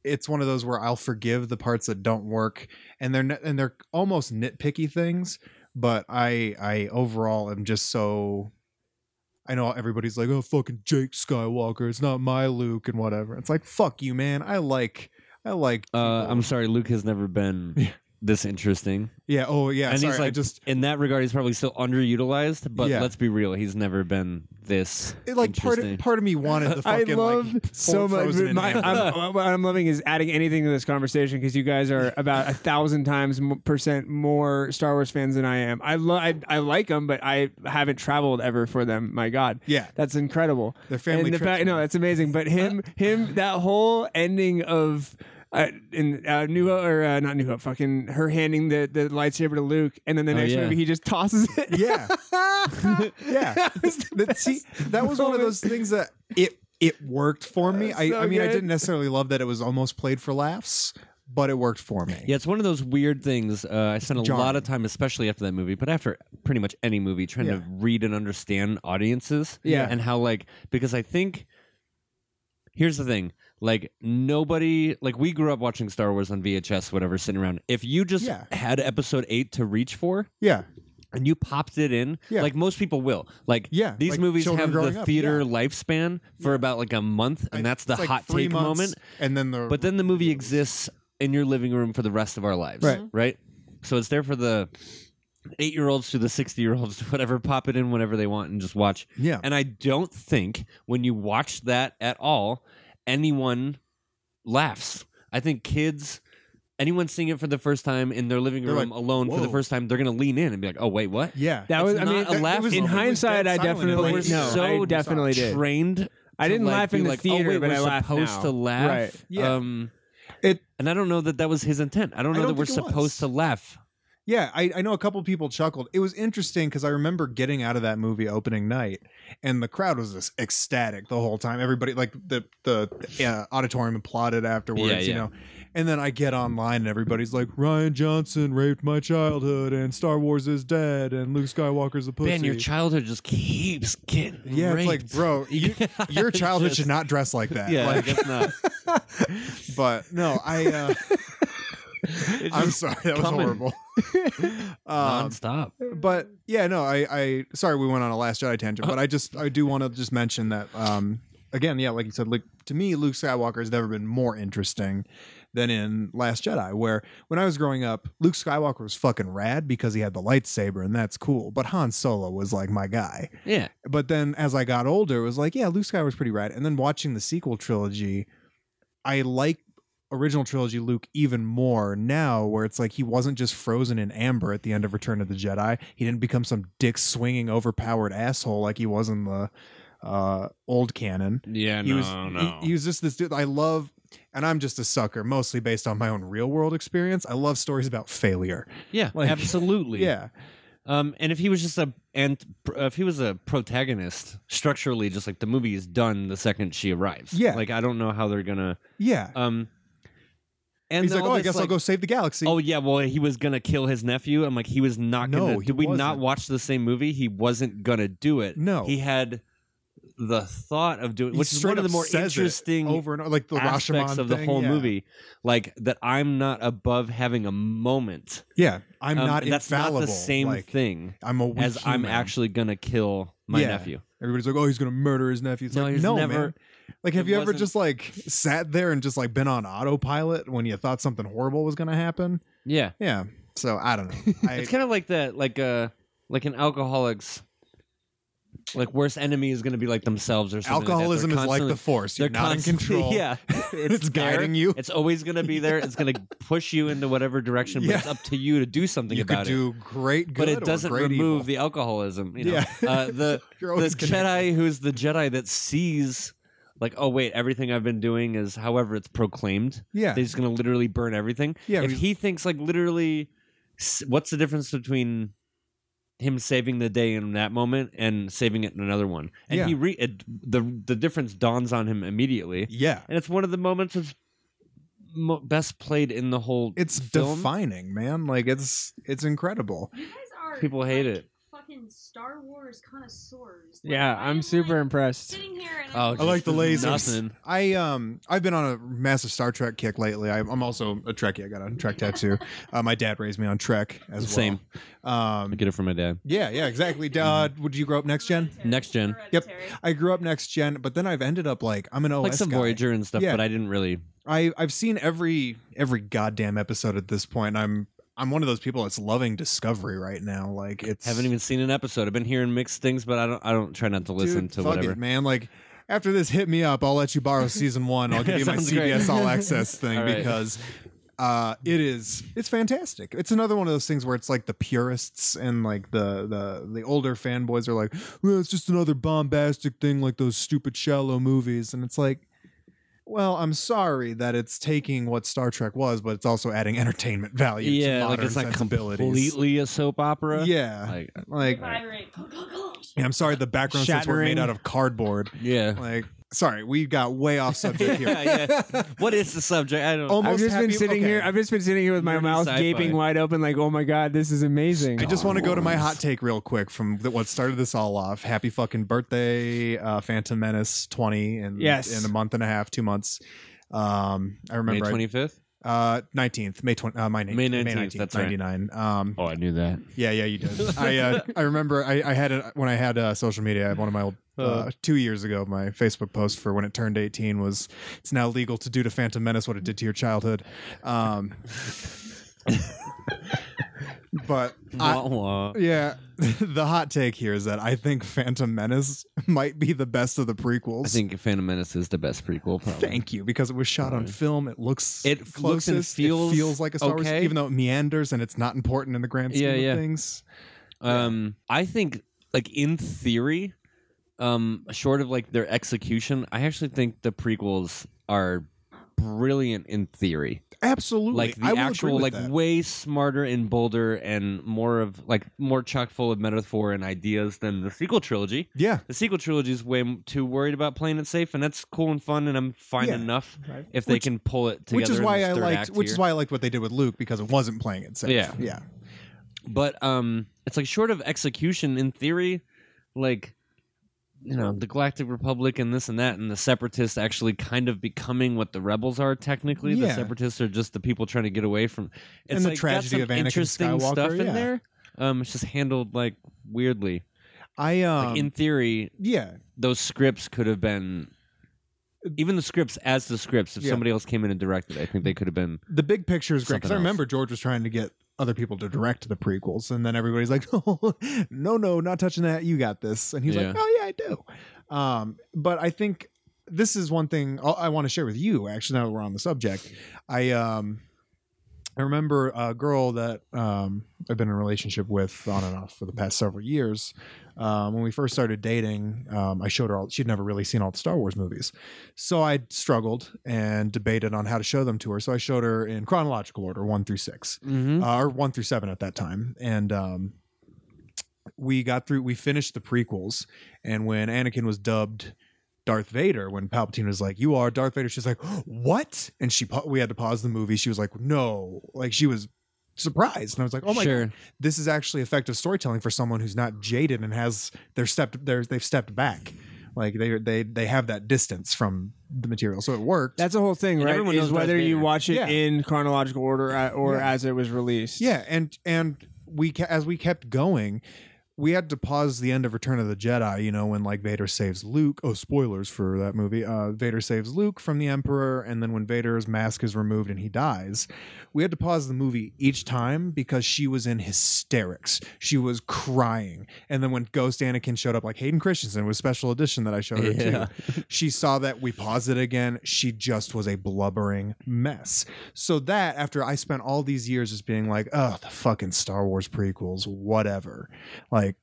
B: it's one of those where I'll forgive the parts that don't work, and they're n- and they're almost nitpicky things. But I I overall am just so. I know everybody's like, oh fucking Jake Skywalker, it's not my Luke and whatever. It's like fuck you, man. I like I like.
C: Uh,
B: people-
C: I'm sorry, Luke has never been this interesting.
B: yeah. Oh yeah.
C: and
B: sorry,
C: he's
B: I
C: like,
B: just
C: in that regard, he's probably still underutilized. But
B: Yeah.
C: let's be real, he's never been this.
B: it, like part of,
C: interesting.
B: part of me wanted the
D: I
B: fucking
D: love
B: like
D: so much.
B: frozen in
D: My,
B: amber.
D: I'm, I'm- what I'm loving is adding anything to this conversation because you guys are about a thousand times m- percent more Star Wars fans than I am. I love, I, I like them, but I haven't traveled ever for them. My God,
B: Yeah.
D: that's incredible.
B: They're family
D: And the
B: trips,
D: fact- no,
B: man.
D: that's amazing. But him, him, that whole ending of. Uh, in uh, New Hope, or uh, not New Hope, fucking her handing the, the lightsaber to Luke, and then the next
C: Oh, yeah.
D: movie he just tosses it.
B: Yeah. yeah. That see, that was one of
D: moment.
B: those things that it it worked for me. I,
D: so
B: I mean, I
D: good.
B: didn't necessarily love that it was almost played for laughs, but it worked for me.
C: Yeah, it's one of those weird things. Uh, I spent a lot
B: Jarring.
C: of time, especially after that movie, but after pretty much any movie, trying
B: Yeah.
C: to read and understand audiences.
D: Yeah.
C: And how, like, because I think here's the thing like, nobody, like, we grew up watching Star Wars on VHS, whatever, sitting around. If you just
B: Yeah.
C: had episode eight to reach for,
B: Yeah.
C: and you popped it in,
B: Yeah.
C: like most people will. Like
B: Yeah,
C: these
B: like
C: movies
B: children
C: have
B: growing
C: the
B: up,
C: theater
B: yeah.
C: lifespan for about like a month, and
B: I-
C: that's the
B: it's like
C: hot
B: three
C: take
B: months,
C: moment.
B: And then the
C: But then the movie exists in your living room for the rest of our lives,
B: Right.
C: Right. So it's there for the eight-year-olds to the sixty-year-olds, to whatever. Pop it in whenever they want and just watch.
B: Yeah.
C: And I don't think when you watch that at all, anyone laughs. I think kids, anyone seeing it for the first time in their living
B: They're
C: room
B: like,
C: alone for the
B: "Whoa."
C: first time, they're gonna lean in and be like, "Oh wait, what?"
B: yeah.
D: That was, I
C: not
D: mean,
C: a laugh
D: in
C: moment.
D: hindsight,
B: It was
D: I
B: dead silent.
D: definitely,
B: But we're
D: no,
C: so
D: I definitely did.
C: trained.
D: I
C: to,
D: didn't
C: like,
D: laugh
C: be
D: in the
C: like,
D: theater,
C: oh, wait,
D: but
C: we're
D: I laugh
C: supposed
D: now."
C: to laugh.
D: Right.
B: Yeah.
C: Um,
B: It-
C: and I don't know that that was his intent. I don't
B: I
C: know
B: don't
C: that we're
B: think it was.
C: supposed to laugh.
B: Yeah, I, I know a couple people chuckled. It was interesting because I remember getting out of that movie opening night, and the crowd was just ecstatic the whole time. Everybody like the the uh, auditorium applauded afterwards,
C: Yeah,
B: you
C: yeah.
B: know. And then I get online and everybody's like, Ryan Johnson raped my childhood, and Star Wars is dead, and Luke Skywalker's a pussy.
C: Ben, your childhood just keeps getting
B: yeah, it's like,
C: raped.
B: bro, you, your childhood
C: Just-
B: should not dress like that.
C: Yeah, I
B: Like,
C: guess not.
B: but no, I. Uh, I'm sorry, that was
C: coming.
B: horrible. um,
C: Nonstop.
B: but yeah, no, I, I sorry we went on a Last Jedi tangent, but I just I do want to just mention that um again, yeah, like you said, Luke, to me, Luke Skywalker has never been more interesting than in Last Jedi, where when I was growing up, Luke Skywalker was fucking rad because he had the lightsaber and that's cool, but Han Solo was like my guy.
C: Yeah.
B: But then as I got older, it was like, yeah, Luke Skywalker's pretty rad, and then watching the sequel trilogy, I like original trilogy Luke even more now, where it's like he wasn't just frozen in amber at the end of Return of the Jedi. He didn't become some dick swinging, overpowered asshole like he was in the uh, old canon.
C: Yeah.
B: He was he, he was just this dude. I love, and I'm just a sucker, mostly based on my own real world experience. I love stories about failure.
C: yeah.
B: like-
C: absolutely.
B: Yeah,
C: Um, and if he was just a and if he was a protagonist structurally, just like the movie is done the second she arrives.
B: Yeah.
C: Like I don't know how they're gonna.
B: yeah.
C: Um, and
B: He's like,
C: all
B: oh, I
C: this,
B: guess I'll
C: like-
B: go save the galaxy.
C: Oh yeah, well he was gonna kill his nephew. I'm like he was not
B: No,
C: gonna.
B: he
C: did we not
B: wasn't.
C: watch the same movie? He wasn't gonna do it.
B: No.
C: he had the thought of doing,
B: He
C: which is
B: straight
C: one of
B: up
C: the more
B: says it
C: interesting
B: over and over, like the
C: aspects
B: Rashomon
C: of the
B: thing,
C: whole
B: yeah.
C: movie. Like that, I'm not above having a moment.
B: Yeah, I'm
C: Um,
B: not
C: and that's
B: infallible.
C: not the same
B: like,
C: thing
B: I'm a weak
C: as I'm
B: human.
C: actually gonna kill my
B: Yeah.
C: nephew.
B: Everybody's like, oh, he's gonna murder his nephew. It's
C: No,
B: like,
C: he's
B: no,
C: never-
B: man. Like, have
C: it
B: you ever
C: wasn't-
B: just like sat there and just like been on autopilot when you thought something horrible was gonna happen?
C: Yeah,
B: Yeah. So I don't know. I,
C: it's kind of like that, like uh, like an alcoholic's like worst enemy is going to be like themselves or something. like that.
B: Alcoholism
C: They're
B: is like the
C: constantly-
B: force. You're
C: they're
B: not in
C: constantly-
B: control.
C: Yeah,
B: It's,
C: there.
B: guiding you.
C: It's always going to be there. It's going to push you into whatever direction, but it's
B: Yeah.
C: up to you to do something
B: You could
C: about it.
B: do great good,
C: but it
B: or
C: doesn't
B: great
C: remove
B: evil.
C: the alcoholism. You know?
B: Yeah.
C: uh, the
B: You're
C: the
B: always connected.
C: Jedi who's the Jedi that sees like oh wait everything I've been doing is however it's proclaimed
B: Yeah.
C: they're just gonna literally burn everything
B: Yeah,
C: if
B: we-
C: he thinks like literally s- what's the difference between him saving the day in that moment and saving it in another one and
B: Yeah.
C: he re- it, the the difference dawns on him immediately
B: yeah.
C: and it's one of the moments that's mo- best played in the whole
B: It's
C: film.
B: defining, man. Like it's it's incredible.
E: You guys are
C: People hate
E: like,
C: it.
E: Fucking Star Wars connoisseurs. Like,
D: Yeah,
E: I
D: I'm
E: am,
D: super
E: like,
D: impressed.
E: sitting here and
C: Oh,
E: I'm
C: just
B: I like the lasers.
C: nothing.
B: I um I've been on a massive Star Trek kick lately. I, I'm also a Trekkie. I got a Trek tattoo. uh, my dad raised me on Trek as well.
C: Same. I
B: Um,
C: get it from my dad.
B: yeah, yeah, exactly. Dad, would you grow up next gen?
C: Next gen.
B: Yep.
E: Hereditary.
B: I grew up next gen, but then I've ended up like I'm an OS
C: like some
B: Oh, guy.
C: Voyager and stuff,
B: Yeah.
C: but I didn't really.
B: I I've seen every every goddamn episode at this point. I'm I'm one of those people that's loving Discovery right now. Like it's
C: Haven't even seen an episode. I've been hearing mixed things, but I don't. I don't try not to listen
B: Dude,
C: to
B: fuck
C: whatever.
B: it, man. Like after this, hit me up. I'll let you borrow season one. I'll give you my
C: Sounds great.
B: CBS All Access thing
C: All right.
B: because uh, it is it's fantastic. It's another one of those things where it's like the purists and like the the the older fanboys are like, well, it's just another bombastic thing like those stupid shallow movies, and it's like. Well, I'm sorry that it's taking what Star Trek was, but it's also adding entertainment value to
C: yeah,
B: modern
C: like it's not
B: sensibilities.
C: completely a soap opera.
B: yeah,
C: like
B: like,
E: Vibrate. Go, go, go.
B: yeah, I'm sorry the background sets were
D: Shattering.
B: made out of cardboard.
C: yeah.
B: Like, sorry, we got way off subject here. Oh
C: yeah, yeah. What is the subject? I don't.
B: Almost
D: I've just
B: happy-
D: been sitting
B: okay.
D: here. I've just been sitting here with my
C: Nerdy
D: mouth
C: sci-fi.
D: gaping wide open, like, "Oh my god, this is amazing!"
B: I just want to go to my hot take real quick from the, what started this all off. Happy fucking birthday, uh, Phantom Menace 20 in,
D: Yes.
B: in a month and a half, two months. Um, I
C: May
B: remember I-
C: twenty fifth.
B: uh, 19th, May 20, uh, my name,
C: May 19th, that's right.
B: 99. Um,
C: Oh, I knew that.
B: Yeah, yeah, you did. I uh, I remember I, I had a, when I had uh, social media. I had One of my old uh,
C: Uh.
B: two years ago, my Facebook post for when it turned eighteen was it's now legal to do to Phantom Menace what it did to your childhood. Um, but I,
C: Wah, wah.
B: yeah, the hot take here is that I think Phantom Menace might be the best of the prequels.
C: I think Phantom Menace is the best prequel. Probably.
B: Thank you, because it was shot on film. It looks
C: It looks and
B: closest,
C: feels
B: it feels like a Star Wars,
C: okay.
B: even though it meanders and it's not important in the grand scheme
C: Yeah,
B: of
C: yeah.
B: things.
C: Um, I think like in theory, um, short of like their execution, I actually think the prequels are brilliant in theory.
B: Absolutely,
C: like
B: I
C: the
B: will agree
C: actual
B: with
C: like
B: that.
C: way smarter and bolder and more of like more chock full of metaphor and ideas than the sequel trilogy
B: Yeah.
C: the sequel trilogy is way m- too worried about playing it safe and that's cool and fun and i'm fine
B: Yeah.
C: enough if they
B: Which-
C: can pull it together
B: Which is
C: in
B: why
C: this
B: I
C: third
B: liked
C: act
B: which is
C: here.
B: why I liked what they did with Luke because it wasn't playing it safe.
C: Yeah.
B: Yeah.
C: but um it's like short of execution in theory like you know the galactic republic and this and that and the separatists actually kind of becoming what the rebels are technically the
B: Yeah.
C: separatists are just the people trying to get away from it's
B: And the
C: like, got
B: tragedy
C: some
B: of Anakin
C: interesting
B: Skywalker,
C: stuff in
B: yeah.
C: there um it's just handled like weirdly
B: I um
C: like in theory
B: yeah.
C: those scripts could have been even the scripts as the scripts if
B: Yeah.
C: somebody else came in and directed i think they could have been
B: The big picture is great cuz I
C: Something else.
B: remember George was trying to get other people to direct the prequels and then everybody's like, "No, no, no, not touching that. You got this." And he's
C: Yeah.
B: like, "Oh yeah, I do." Um but I think this is one thing I- I want to share with you actually now that we're on the subject. I um I remember a girl that um, I've been in a relationship with on and off for the past several years. Um, when we first started dating, um, I showed her all, she'd never really seen all the Star Wars movies. So I struggled and debated on how to show them to her. So I showed her in chronological order, one through 6 uh, or one through seven at that time. And um, we got through, we finished the prequels. And when Anakin was dubbed Darth Vader, when Palpatine was like, You are Darth Vader, she's like, What? And she, pa- we had to pause the movie. She was like, No. Like she was surprised. And I was like, Oh my
C: sure
B: God, this is actually effective storytelling for someone who's not jaded and has, they're stepped, they're, they've stepped back. Like they, they, they have that distance from the material. So it worked.
D: That's the whole thing,
C: And
D: right?
C: everyone
D: Is
C: knows Darth
D: whether you
C: Vader.
D: watch it
B: Yeah.
D: in chronological order uh, or
B: Yeah.
D: as it was released.
B: Yeah, and and we ca- as we kept going, we had to pause the end of Return of the Jedi, you know, when like Vader saves Luke. Oh, spoilers for that movie. Uh, Vader saves Luke from the Emperor, and then when Vader's mask is removed and he dies, we had to pause the movie each time because she was in hysterics. She was crying. And then when Ghost Anakin showed up, like Hayden Christensen was special edition that I showed her too
C: Yeah.
B: she saw that we paused it again she just was a blubbering mess so that after i spent all these years just being like oh the fucking star wars prequels whatever like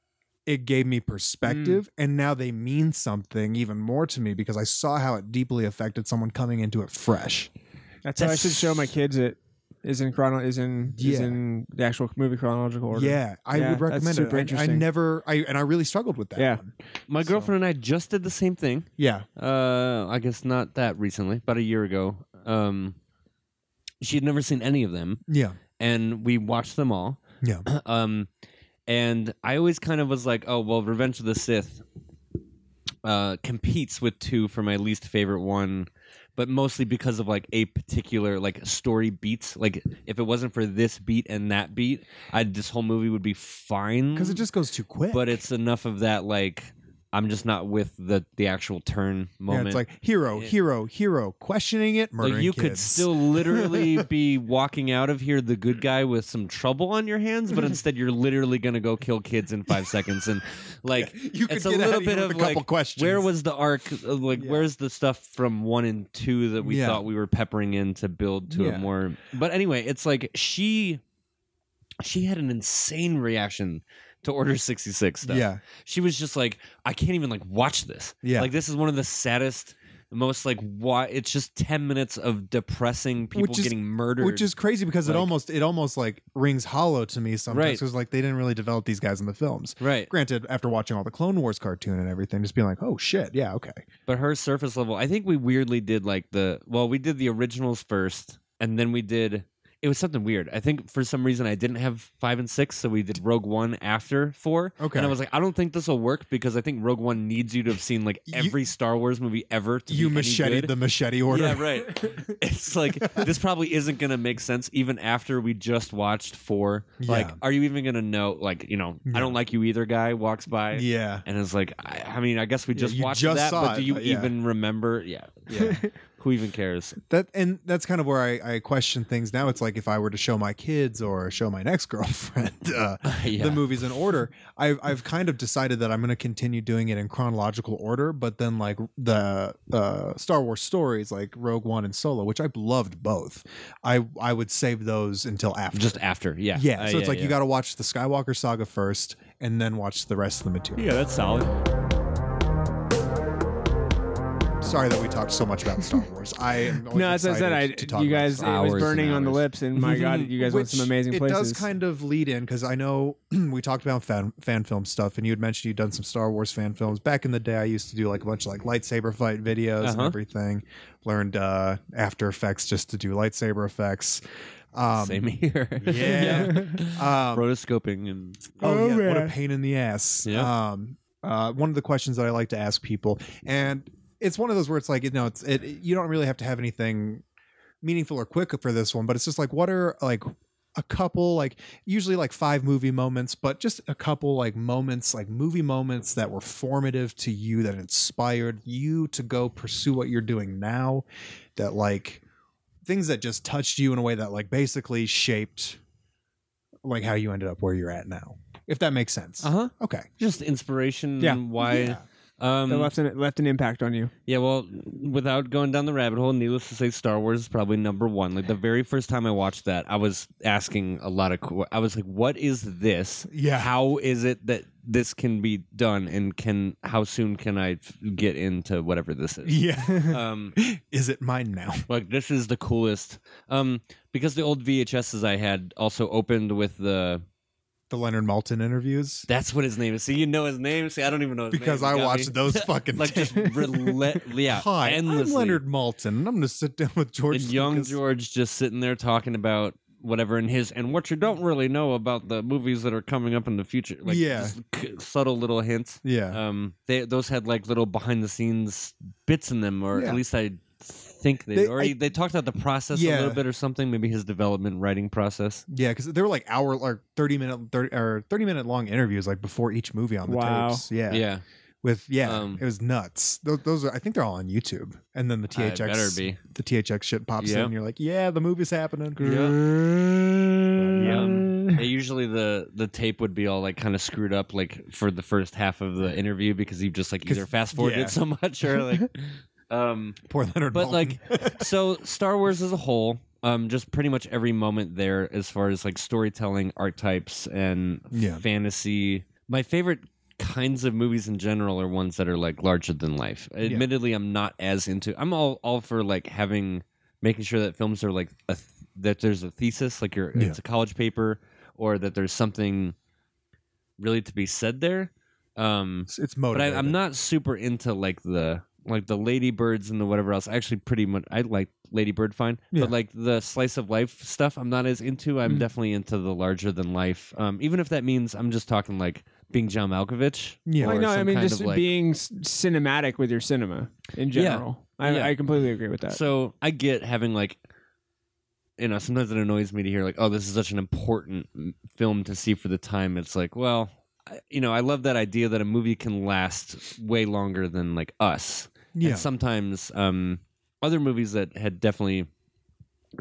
B: it gave me perspective
C: Mm.
B: and now they mean something even more to me because i saw how it deeply affected someone coming into it fresh
D: That's how I should show my kids it. Is in chrono is in is
B: Yeah.
D: in the actual movie chronological order.
B: yeah i
D: Yeah,
B: would
D: that's
B: recommend
D: super
B: it I- I,
D: interesting.
B: never i and i really struggled with that
D: Yeah.
B: one.
C: My
B: So-
C: girlfriend and I just did the same thing.
B: yeah
C: Uh, I guess not that recently, about a year ago. Um, she had never seen any of them,
B: yeah
C: and we watched them all.
B: yeah
C: um, and I always kind of was like, oh well, Revenge of the Sith uh, competes with two for my least favorite one, but mostly because of like a particular like story beats. Like if it wasn't for this beat and that beat, I this whole movie would be fine.
B: because it just goes too quick
C: but it's enough of that like I'm just not with the the actual turn
B: yeah,
C: moment.
B: it's like hero,
C: It-
B: hero, hero, questioning it,
C: Like,
B: murdering
C: you could
B: kids.
C: still literally be walking out of here the good guy with some trouble on your hands, but instead you're literally gonna go kill kids in five seconds and like
B: you could
C: it's a
B: get
C: little
B: out of
C: bit
B: here with
C: of
B: a couple
C: like
B: questions.
C: where was the arc of, like
B: Yeah.
C: where's the stuff from one and two that we
B: Yeah.
C: thought we were peppering in to build to
B: Yeah.
C: a more but anyway, it's like she she had an insane reaction to order 66 stuff.
B: Yeah,
C: She was just like, I can't even like watch this.
B: Yeah.
C: Like this is one of the saddest, most like why it's just ten minutes of depressing people
B: Which is-
C: getting murdered.
B: which is crazy because it
C: Like-
B: almost it almost like rings hollow to me sometimes
C: Right.
B: because like they didn't really develop these guys in the films.
C: right.
B: Granted, after watching all the Clone Wars cartoon and everything, just being like, oh shit, yeah, okay,
C: But her surface level, I think we weirdly did like the well, we did the originals first, and then we did it was something weird. I think for some reason I didn't have five and six, so we did Rogue One after four.
B: Okay.
C: And I was like, I don't think this will work because I think Rogue One needs you to have seen like
B: You-
C: every Star Wars movie ever to
B: you
C: be any
B: macheted
C: good.
B: the machete order.
C: Yeah, right. it's like this probably isn't going to make sense even after we just watched four. Like,
B: Yeah.
C: are you even going to know? Like, you know, I don't like you either. Guy walks by.
B: Yeah.
C: And it's like, I, I mean, I guess we
B: Yeah,
C: just
B: you
C: watched
B: just
C: that,
B: saw
C: but do
B: it,
C: you
B: but yeah.
C: even remember? Yeah, yeah. Who even cares?
B: that and that's kind of where I, I question things now it's like if i were to show my kids or show my next girlfriend uh,
C: Yeah.
B: the movies in order I've, I've kind of decided that i'm going to continue doing it in chronological order but then like the uh, star wars stories like rogue one and solo which i loved both i i would save those until after
C: Just after, yeah,
B: yeah
C: Uh,
B: so it's like you
C: yeah.
B: got to watch the skywalker saga first and then watch the rest of the material
C: Yeah, that's solid.
B: sorry that we talked so much about star wars i am always
D: No, as I
B: excited
D: said,
B: to talk
D: I you
B: about
D: guys
B: Star
D: it
C: Hours
D: was
C: and
D: burning on the
C: hours.
D: lips, and my god, you guys went some
B: Mm-hmm. Which
D: amazing
B: it
D: places.
B: does kind of lead in because I know we talked about fan, fan film stuff, and you had mentioned you'd done some Star Wars fan films back in the day. I used to do like a bunch of like lightsaber fight videos and
C: Uh-huh.
B: everything. Learned uh, After Effects just to do lightsaber effects. Um,
C: Same here.
B: Yeah. um,
C: Rotoscoping and
B: Oh,
D: Oh,
B: yeah, what a
D: yeah.
B: pain in the ass.
C: Yeah.
B: Um, uh, one of the questions that I like to ask people, and it's one of those where it's like, you know, it's it. You don't really have to have anything meaningful or quick for this one, but it's just like, what are like a couple like usually like five movie moments but just a couple like moments like movie moments that were formative to you that inspired you to go pursue what you're doing now that like things that just touched you in a way that like basically shaped like how you ended up where you're at now if that makes sense
C: uh huh.
B: okay
C: Just inspiration.
D: Yeah.
C: And why?
B: yeah.
C: Um,
D: That left an left an impact on you.
C: Yeah, well, without going down the rabbit hole, needless to say, Star Wars is probably number one. Like the very first time I watched that, I was asking a lot of. qu- I was like, "What is this?
B: Yeah.
C: how is it that this can be done? And can how soon can I f- get into whatever this is?"
B: yeah
C: Um,
B: is it mine now
C: like this is the coolest. Um, because the old VHSs I had also opened with the.
B: the leonard malton interviews
C: That's what his name is. See, you know his name. See, I don't even know his
B: because
C: name.
B: i
C: You got
B: watched
C: me.
B: those fucking
C: like just
B: tapes.
C: rela- yeah,
B: Hi, I'm
C: endlessly.
B: Leonard Malton, and I'm going to sit down with George
C: and young
B: Lucas.
C: George just sitting there talking about whatever in his and what you don't really know about the movies that are coming up in the future. Like
B: Yeah.
C: just k- subtle little hints.
B: Yeah.
D: Uh,
C: Um, they those had like little behind the scenes bits in them, or
B: Yeah.
C: at least I think they,
B: They-
C: already
B: I-
C: they talked about the process a
B: Yeah.
C: little bit or something. Maybe his development writing process.
B: Yeah, because they were like hour or thirty minute 30, or thirty minute long interviews like before each movie on the
D: Wow.
B: tapes. Yeah, with yeah,
C: Um,
B: it was nuts. Those, those are I think they're all on YouTube. And then the
C: I
B: THX
C: better be.
B: the THX shit pops in.
C: Yep.
B: and You're like, yeah, the movie's happening.
C: Um, they usually the the tape would be all like kind of screwed up like for the first half of the interview because you've just like
B: 'Cause-
C: either fast forwarded
B: yeah.
C: so much or like um
B: Poor Leonard.
C: But,
B: Maltin.
C: so Star Wars as a whole, um, just pretty much every moment there as far as like storytelling, archetypes, and
B: Yeah.
C: fantasy. My favorite kinds of movies in general are ones that are like larger than life. Admittedly, I'm not as into. I'm all all for like having making sure that films are like a th- that there's a thesis, like you're
B: Yeah.
C: it's a college paper, or that there's something really to be said there. Um,
B: it's, it's
C: but
B: motivated.
C: I, I'm not super into like the like the ladybirds and the whatever else. I actually pretty much I like ladybird fine,
B: Yeah.
C: but like the slice of life stuff, I'm not as into. I'm
D: Mm.
C: definitely into the larger than life. Um, even if that means I'm just talking like being John Malkovich.
B: Yeah.
C: or
D: Like, no, I
C: some
D: mean
C: kind
D: just
C: of, like-
D: being s- cinematic with your cinema in
C: Yeah.
D: general. I,
C: Yeah.
D: I completely agree with that.
C: So I get having like, you know, sometimes it annoys me to hear like, oh, this is such an important m- film to see for the time. It's like, well, I, you know, I love that idea that a movie can last way longer than like us.
B: Yeah.
C: And sometimes um, other movies that had definitely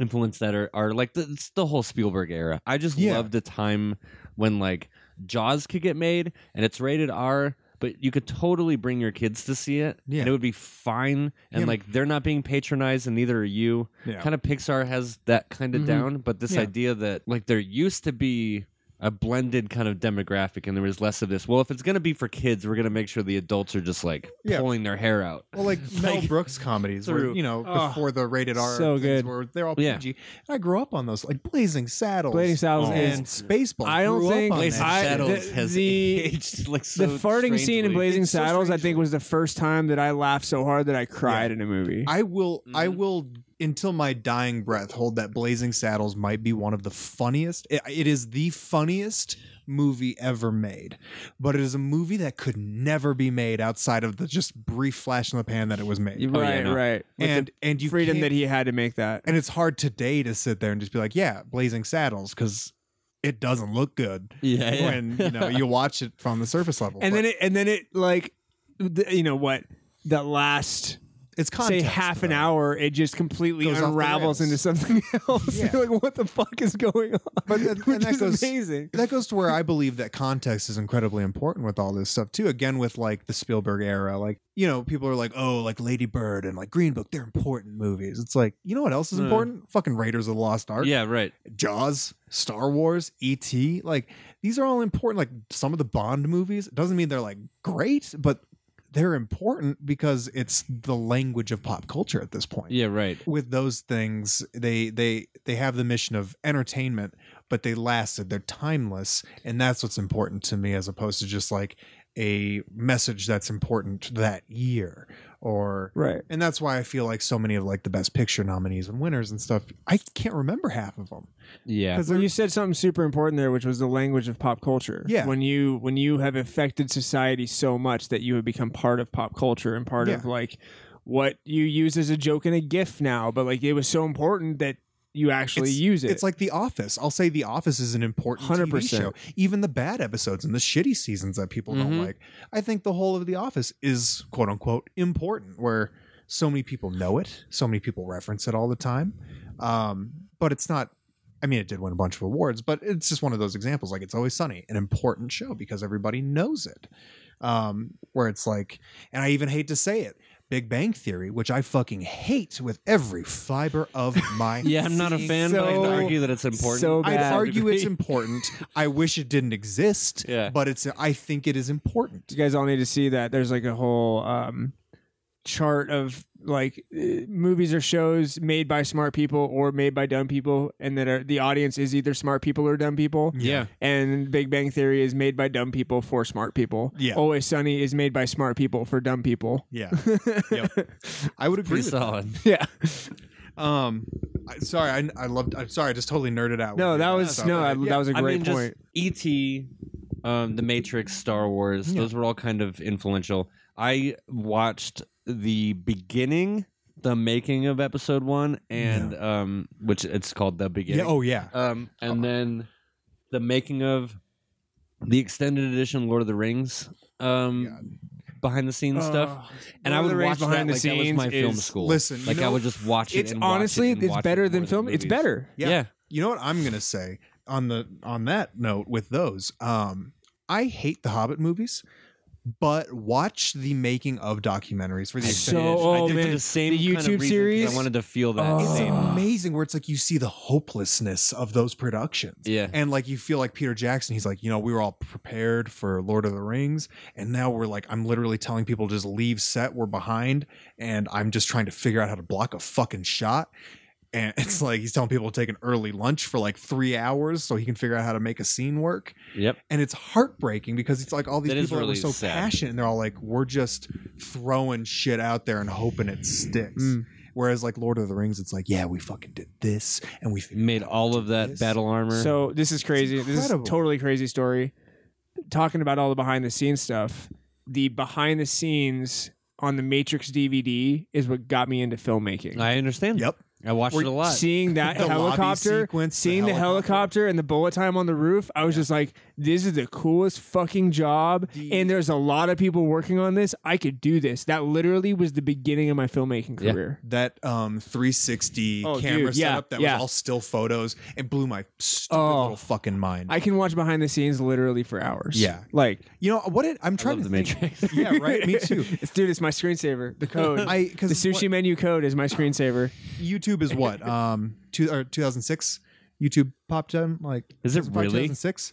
C: influenced that are, are like the, it's the whole Spielberg era. I just
B: Yeah.
C: loved the time when like Jaws could get made and it's rated R, but you could totally bring your kids to see it
B: Yeah.
C: and it would be fine. And
B: Yeah.
C: like they're not being patronized and neither are you.
B: Yeah. Mm-hmm.
C: Kind of Pixar has that kind of
D: Mhm.
C: down, but this
B: Yeah.
C: idea that like there used to be a blended kind of demographic and there was less of this. Well, if it's going to be for kids, we're going to make sure the adults are just like
B: Yeah.
C: pulling their hair out.
B: Well, like Mel
C: Like,
B: Brooks comedies, where
C: through-
B: you know
D: Oh,
B: before the rated R,
D: so
B: things
D: good.
B: where they're all
C: Yeah.
B: PG. I grew up on those, like Blazing Saddles,
D: Blazing Saddles is-
B: and Spaceballs.
D: I don't
B: Grew up
D: think-
B: on
D: Blazing
B: that
D: I-
B: shit.
D: Saddles the- has the-
C: aged like
D: the farting scene in Blazing
B: It's so
D: Saddles, I think,
B: strangely-
D: was the first time that I laughed so hard that I cried
B: Yeah.
D: in a movie.
B: I will I
D: Mm-hmm.
C: Mhm.
B: will until my dying breath hold that Blazing Saddles might be one of the funniest. It, it is the funniest movie ever made, but it is a movie that could never be made outside of the just brief flash in the pan that it was made.
C: yeah,
D: right,
C: no.
D: right. With
B: oh, and and
D: the
B: you
D: freedom
B: can't-
D: that he had to make that.
B: and it's hard today to sit there and just be like, yeah, Blazing Saddles because it doesn't look good
C: Yeah, yeah.
B: when you know you watch it from the surface level.
D: and
B: but
D: then it and then it like th- you know what that last
B: it's
D: say
B: context,
D: half an
B: though.
D: hour it just completely
B: Goes off the
D: unravels
B: rails.
D: into something else
B: Yeah.
D: You're like what the fuck is going on
B: But that-
D: Which
B: and that
D: is
B: goes-
D: amazing
B: that goes to where I believe that context is incredibly important with all this stuff too. Again, with like the Spielberg era, like you know, people are like, "Oh, like Lady Bird and like Green Book, they're important movies." It's like, you know what else is
C: Mm.
B: important? Fucking Raiders of the Lost Ark,
C: Yeah, right.
B: Jaws, Star Wars, E.T. Like these are all important. Like some of the Bond movies it doesn't mean they're like great, but they're important because it's the language of pop culture at this point
C: Yeah, right.
B: with those things they they they have the mission of entertainment but they lasted they're timeless and that's what's important to me as opposed to just like a message that's important that year or
D: right
B: and that's why i feel like so many of like the best picture nominees and winners and stuff i can't remember half of them
C: Yeah.
D: because you said something super important there which was the language of pop culture
B: Yeah.
D: when you when you have affected society so much that you have become part of pop culture and part of
B: Yeah.
D: like what you use as a joke and a gif now but like it was so important that you actually use it
B: it's like the office i'll say the office is an important 100%
D: 100%.
B: show even the bad episodes and the shitty seasons that people don't
C: Mhm.
B: like i think the whole of the office is quote unquote important where so many people know it so many people reference it all the time um, but it's not i mean it did win a bunch of awards but it's just one of those examples like it's always sunny an important show because everybody knows it um, where it's like and i even hate to say it Big Bang Theory, which I fucking hate with every fiber of my
C: Yeah, I'm not a
B: being.
C: fan, but I
D: So-
C: would argue that it's important.
D: so
B: I'd
D: bad.
B: argue it's
C: Degree.
B: important. I wish it didn't exist,
C: Yeah.
B: but it's. I think it is important.
D: you guys all need to see that there's like a whole um chart of like uh, movies or shows made by smart people or made by dumb people and that are the audience is either smart people or dumb
B: Mm-hmm.
D: people
C: yeah.
D: and big bang theory is made by dumb people for smart people
B: Yeah.
D: always sunny is made by smart people for dumb people
B: Yeah, Yep. I would agree.
C: Pretty
B: With
C: solid.
D: yeah
B: That. Um, I, sorry, I, I loved. I'm sorry, I just totally nerded out.
D: no
B: with
D: that
B: you.
D: was
B: Sorry.
D: no I- that was a
C: I
D: great
C: mean, just
D: point
C: E.T., um, The Matrix, Star Wars,
B: Yeah.
C: those were all kind of influential. I watched the beginning the making of episode one and um which it's called the beginning
B: Yeah. Oh yeah.
C: um
D: Uh-huh.
C: and then the making of the extended edition lord of the rings um behind the scenes stuff
B: Uh,
C: and i would watch that
D: behind Uh, the
C: like
D: scenes.
C: that was my film
D: is-
C: school
B: listen, you
C: like i
B: know,
C: would just watch it
D: It's
C: and watch it
D: honestly,
C: and
D: it's
C: watch it
D: better than
C: more
D: film. It's
C: movies.
D: better.
B: Yeah.
C: yeah,
B: You know what I'm gonna say on the on that note with those. Um, I hate the Hobbit movies, but watch the making of documentaries for the
C: I
D: So-
B: extended.
C: did.
D: oh,
C: I did for
D: man.
C: the same
D: The
C: kind of
D: YouTube
C: reason 'cause
D: series?
C: i wanted to feel that
D: Oh.
B: it's
C: same
B: amazing where it's like you see the hopelessness of those productions.
C: yeah
B: And like you feel like Peter Jackson, he's like, you know, we were all prepared for Lord of the Rings, and now we're like, I'm literally telling people to just leave set, we're behind, and I'm just trying to figure out how to block a fucking shot. And it's like he's telling people to take an early lunch for like three hours so he can figure out how to make a scene work.
C: yep
B: And it's heartbreaking because it's like all these
C: That is
B: people that were
C: really
B: so
C: sad.
B: passionate and they're all like, we're just throwing shit out there and hoping it sticks.
D: Mm.
B: Whereas like Lord of the Rings, it's like, yeah, we fucking did this and we figured
C: made
B: out
C: all
B: to
C: of
B: do
C: that
B: this.
C: battle armor
D: So this is crazy. This is a
B: incredible.
D: totally crazy story. Talking about all the behind the scenes stuff, the behind the scenes on the Matrix DVD is what got me into filmmaking.
C: i understand
B: Yep.
C: i watched
D: We're
C: it a lot
D: Seeing that
B: The lobby
D: helicopter,
B: sequence, the
D: seeing the helicopter.
B: helicopter
D: and the bullet time on the roof, I was just like, this is the coolest fucking job.
B: The-
D: and there's a lot of people working on this. I could do this. That literally was the beginning of my filmmaking
C: Yeah.
D: career.
B: that um 360
D: Oh,
B: camera
D: dude, yeah,
B: setup that
D: yeah.
B: was all still photos it blew my stupid
D: Oh.
B: little fucking mind
D: I can watch behind the scenes literally for hours.
B: Yeah.
D: Like,
B: you know what it, i'm trying
C: love
B: to
C: The
B: think- yeah right me too
D: It's- Dude, it's my screensaver. The code.
B: i because
D: the sushi menu code is my screensaver.
B: youtube is what um two or 2006 youtube popped in like
C: Is it
B: 2005,
C: really?
B: 2006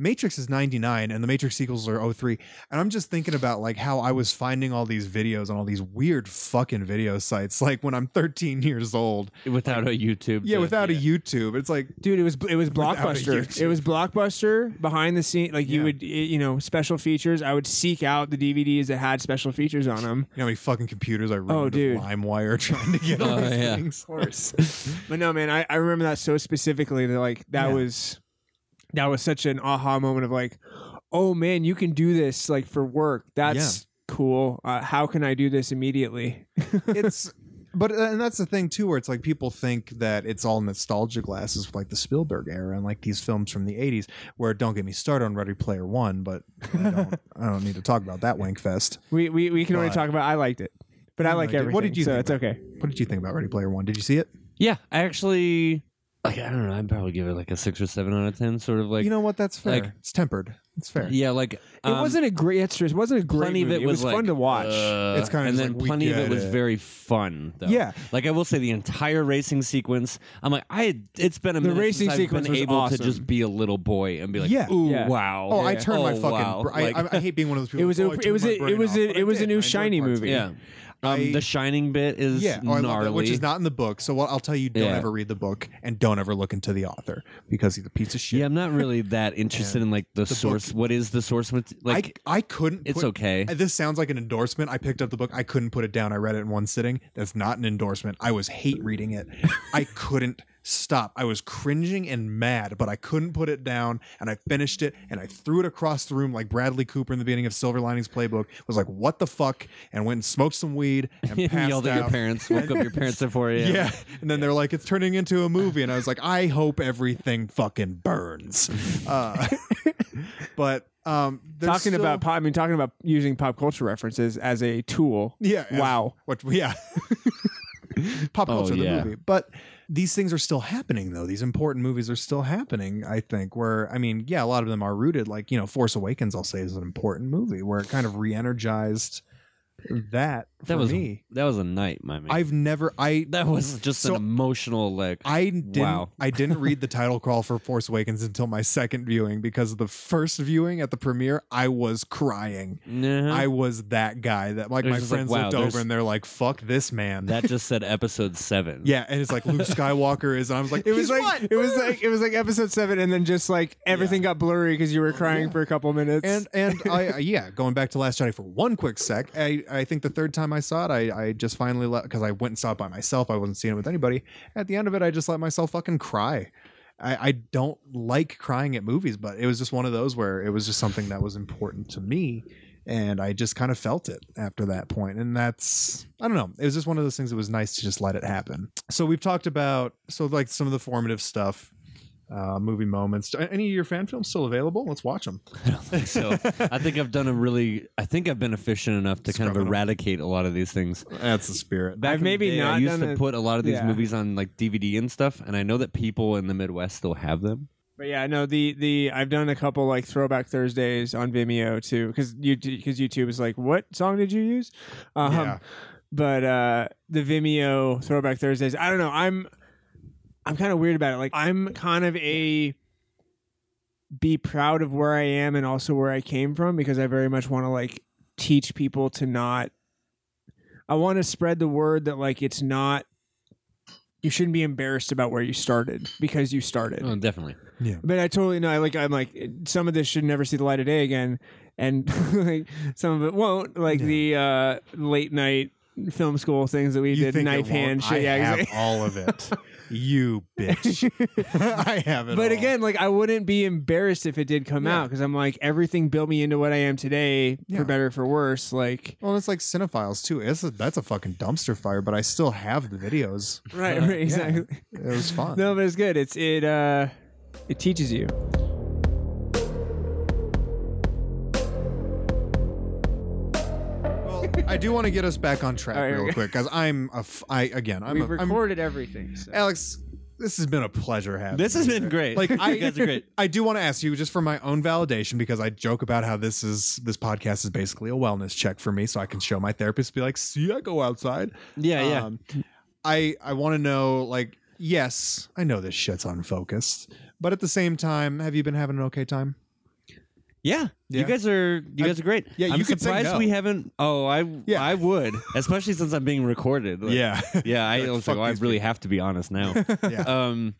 B: matrix is 99 and the matrix sequels are 03 and i'm just thinking about like how i was finding all these videos on all these weird fucking video sites like when i'm 13 years old
C: without a youtube
B: yeah
C: to-
B: without a youtube it's like
D: Dude, it was it was
B: Without a
D: blockbuster.
B: YouTube.
D: It was blockbuster behind the scene. Like you
B: Yeah.
D: would, you know, special features. I would seek out the DVDs that had special features on them.
B: You know how many fucking computers I ruined
D: Oh,
B: with
D: dude.
B: LimeWire trying to get all
C: Oh,
B: these
C: yeah.
B: things. Horse.
D: But no, man, I, I remember that so specifically that like that
B: Yeah.
D: was that was such an aha moment of like, oh man, you can do this like for work. That's cool. Uh, how can I do this immediately?
B: it's but uh, and that's the thing too, where it's like people think that it's all nostalgia glasses with like the Spielberg era and like these films from the '80s. Where don't get me started on Ready Player One, but I don't, I don't need to talk about that wank fest.
D: We we, we can only
B: But-
D: talk about I liked it, but I
B: You
D: like
B: liked it.
D: everything.
B: What did you
D: So
B: think
D: it's
B: about
D: okay.
B: What did you think about Ready Player One? Did you see it?
C: Yeah, I actually like I don't know, I'd probably give it like a six or seven out of ten, sort of like
B: you know what? That's fair.
C: like-
B: it's tempered. It's fair.
C: Yeah, like
D: it
C: um,
D: wasn't a great. It's true. It wasn't a great
C: plenty
D: movie.
C: of it, was,
D: was fun
C: like,
D: to watch.
C: uh,
B: It's kinda
C: and
B: just
C: then
B: like, we
C: plenty of
B: get
C: it was
B: it.
C: very fun though.
D: Yeah.
C: Like I will say the entire racing sequence, I'm like, I had- it's been a
D: The
C: minute
D: racing
C: since I've
D: sequence
C: been
D: was
C: able to
D: awesome.
C: just be a little boy and be like,
B: Yeah.
C: ooh
D: Yeah.
C: wow.
B: Oh, I
D: Yeah.
B: turned my
C: Oh,
B: fucking.
C: wow.
B: br- I,
C: Like-
B: I, I hate being one of those people.
D: It was
B: who,
D: a-
B: "Oh, I
D: it
B: turned
D: was
B: my
D: a- it
B: brain
D: was
B: off,"
D: a-
B: but
D: it
B: I
D: was a
B: did,
D: new
B: and I enjoyed
D: Shining
B: parts of it.
D: movie.
C: Yeah. Um,
B: I-
C: the shining bit is
B: Yeah, oh, I love
C: gnarly.
B: that, which is not in the book. So what I'll tell you, don't
C: Yeah.
B: ever read the book and don't ever look into the author because he's a piece of shit.
C: yeah, I'm not really that interested in like the,
B: book-
C: source. What is the source? mat- Like
B: I, I couldn't.
C: it's
B: put- uh,
C: okay.
B: This sounds like an endorsement. I picked up the book. I couldn't put it down. I read it in one sitting. That's not an endorsement. I was hate reading it. I couldn't stop. I was cringing and mad, but I couldn't put it down. And I finished it and I threw it across the room like Bradley Cooper in the beginning of Silver Linings Playbook. Was like, what the fuck? And went and smoked some weed and passed
C: yelled at
B: out.
C: your parents, woke up your parents at 4
B: Yeah.
C: a.m.
B: And then they're like, it's turning into a movie. And I was like, I hope everything fucking burns. Uh, but um, there's
D: talking
B: still-
D: about pop, I mean, talking about using pop culture references as a tool.
B: yeah, as-
D: Wow.
B: what, yeah, pop
C: Oh,
B: culture
C: yeah.
B: the movie. But these things are still happening though. These important movies are still happening. I think where I mean, yeah, a lot of them are rooted. Like you know, Force Awakens, I'll say, is an important movie where it kind of re-energized that.
C: That
B: for
C: was
B: me.
C: that was a night, my man.
B: I've never I Mm,
C: that was just
B: So-
C: an emotional like
B: I didn't.
C: Wow.
B: I didn't read the title crawl for Force Awakens until my second viewing because of the first viewing at the premiere, I was crying.
C: Nah.
B: I was that guy that like
C: It was
B: my
C: just like,
B: friends
C: wow,
B: looked
C: there's-
B: over and they're like, "Fuck this man."
C: that just said episode seven.
B: yeah, and it's like Luke Skywalker is. And I was like,
D: It was
B: "He's
D: like
B: what?"
D: it was like it was like episode seven, and then just like everything got blurry because you were crying
B: yeah.
D: for a couple minutes.
B: And and I I- yeah, going back to Last Jedi for one quick sec. I, I think the third time I saw it, I, I just finally let because I went and saw it by myself. I wasn't seeing it with anybody. At the end of it, I just let myself fucking cry. I, I don't like crying at movies, but it was just one of those where it was just something that was important to me. and I just kind of felt it after that point. And that's I don't know. It was just one of those things that was nice to just let it happen. So we've talked about so like some of the formative stuff, uh, movie moments. Are Any of your fan films still available? Let's watch them.
C: I don't think so. I think I've done a really. I think I've been efficient enough to kind of
B: Scrubbing 'em.
C: eradicate a lot of these things.
B: That's the spirit.
C: Back in the
D: maybe
C: day, I
D: not
C: used
D: done
C: to
D: it-
C: put a lot of these
D: yeah.
C: movies on like DVD and stuff, and I know that people in the Midwest still have them.
D: But yeah, no, the the I've done a couple like throwback Thursdays on Vimeo too, because you because YouTube is like, what song did you use? Um,
B: Yeah.
D: But uh, the Vimeo throwback Thursdays, I don't know. I'm I'm kind of weird about it. Like I'm kind of a be proud of where I am and also where I came from because I very much want to like teach people to not. I want to spread the word that like it's not. You shouldn't be embarrassed about where you started because you started.
C: Oh, definitely.
D: But I totally know. I Like I'm like some of this should never see the light of day again, and like some of it won't. Like the uh, late night film school things that we
B: You
D: did,
B: think it
D: knife
B: won't?
D: hand
B: I
D: shit. Yeah,
B: have
D: exactly.
B: all of it. You bitch. I have it.
D: But
B: all.
D: again, like I wouldn't be embarrassed if it did come
B: Yeah.
D: out out because I'm like everything built me into what I am today,
B: Yeah.
D: for better or for worse. Like
B: Well, it's like cinephiles too. It's a, that's a fucking dumpster fire, but I still have the videos.
D: right,
B: Uh,
D: right, exactly.
B: It was fun.
D: No, but it's good. It's it. uh It teaches you.
B: well, I do want to get us back on track
D: All right, here we
B: real
D: go.
B: quick because I'm a f- I again I'm,
D: We've
B: a, I'm
D: recorded everything. So.
B: Alex. This has been a pleasure having.
C: This has
B: you
C: been
B: here.
C: great.
B: Like
C: You
B: I,
C: guys are great.
B: I do want to ask you just for my own validation because I joke about how this is this podcast is basically a wellness check for me, so I can show my therapist be like, "See, I go outside."
C: Yeah, yeah.
B: Um, I I want to know like yes, I know this shit's unfocused, but at the same time, have you been having an okay time?
C: Yeah.
B: Yeah.
C: You guys are you
B: I-
C: guys are great.
B: Yeah,
C: I'm
B: you could say
C: surprised
B: no.
C: we haven't Oh, I
B: Yeah.
C: I would. Especially since I'm being recorded. Like, Yeah, I
B: Like,
C: was
B: fuck
C: like, oh, I
B: these
C: really have to be honest now.
B: Yeah.
C: Um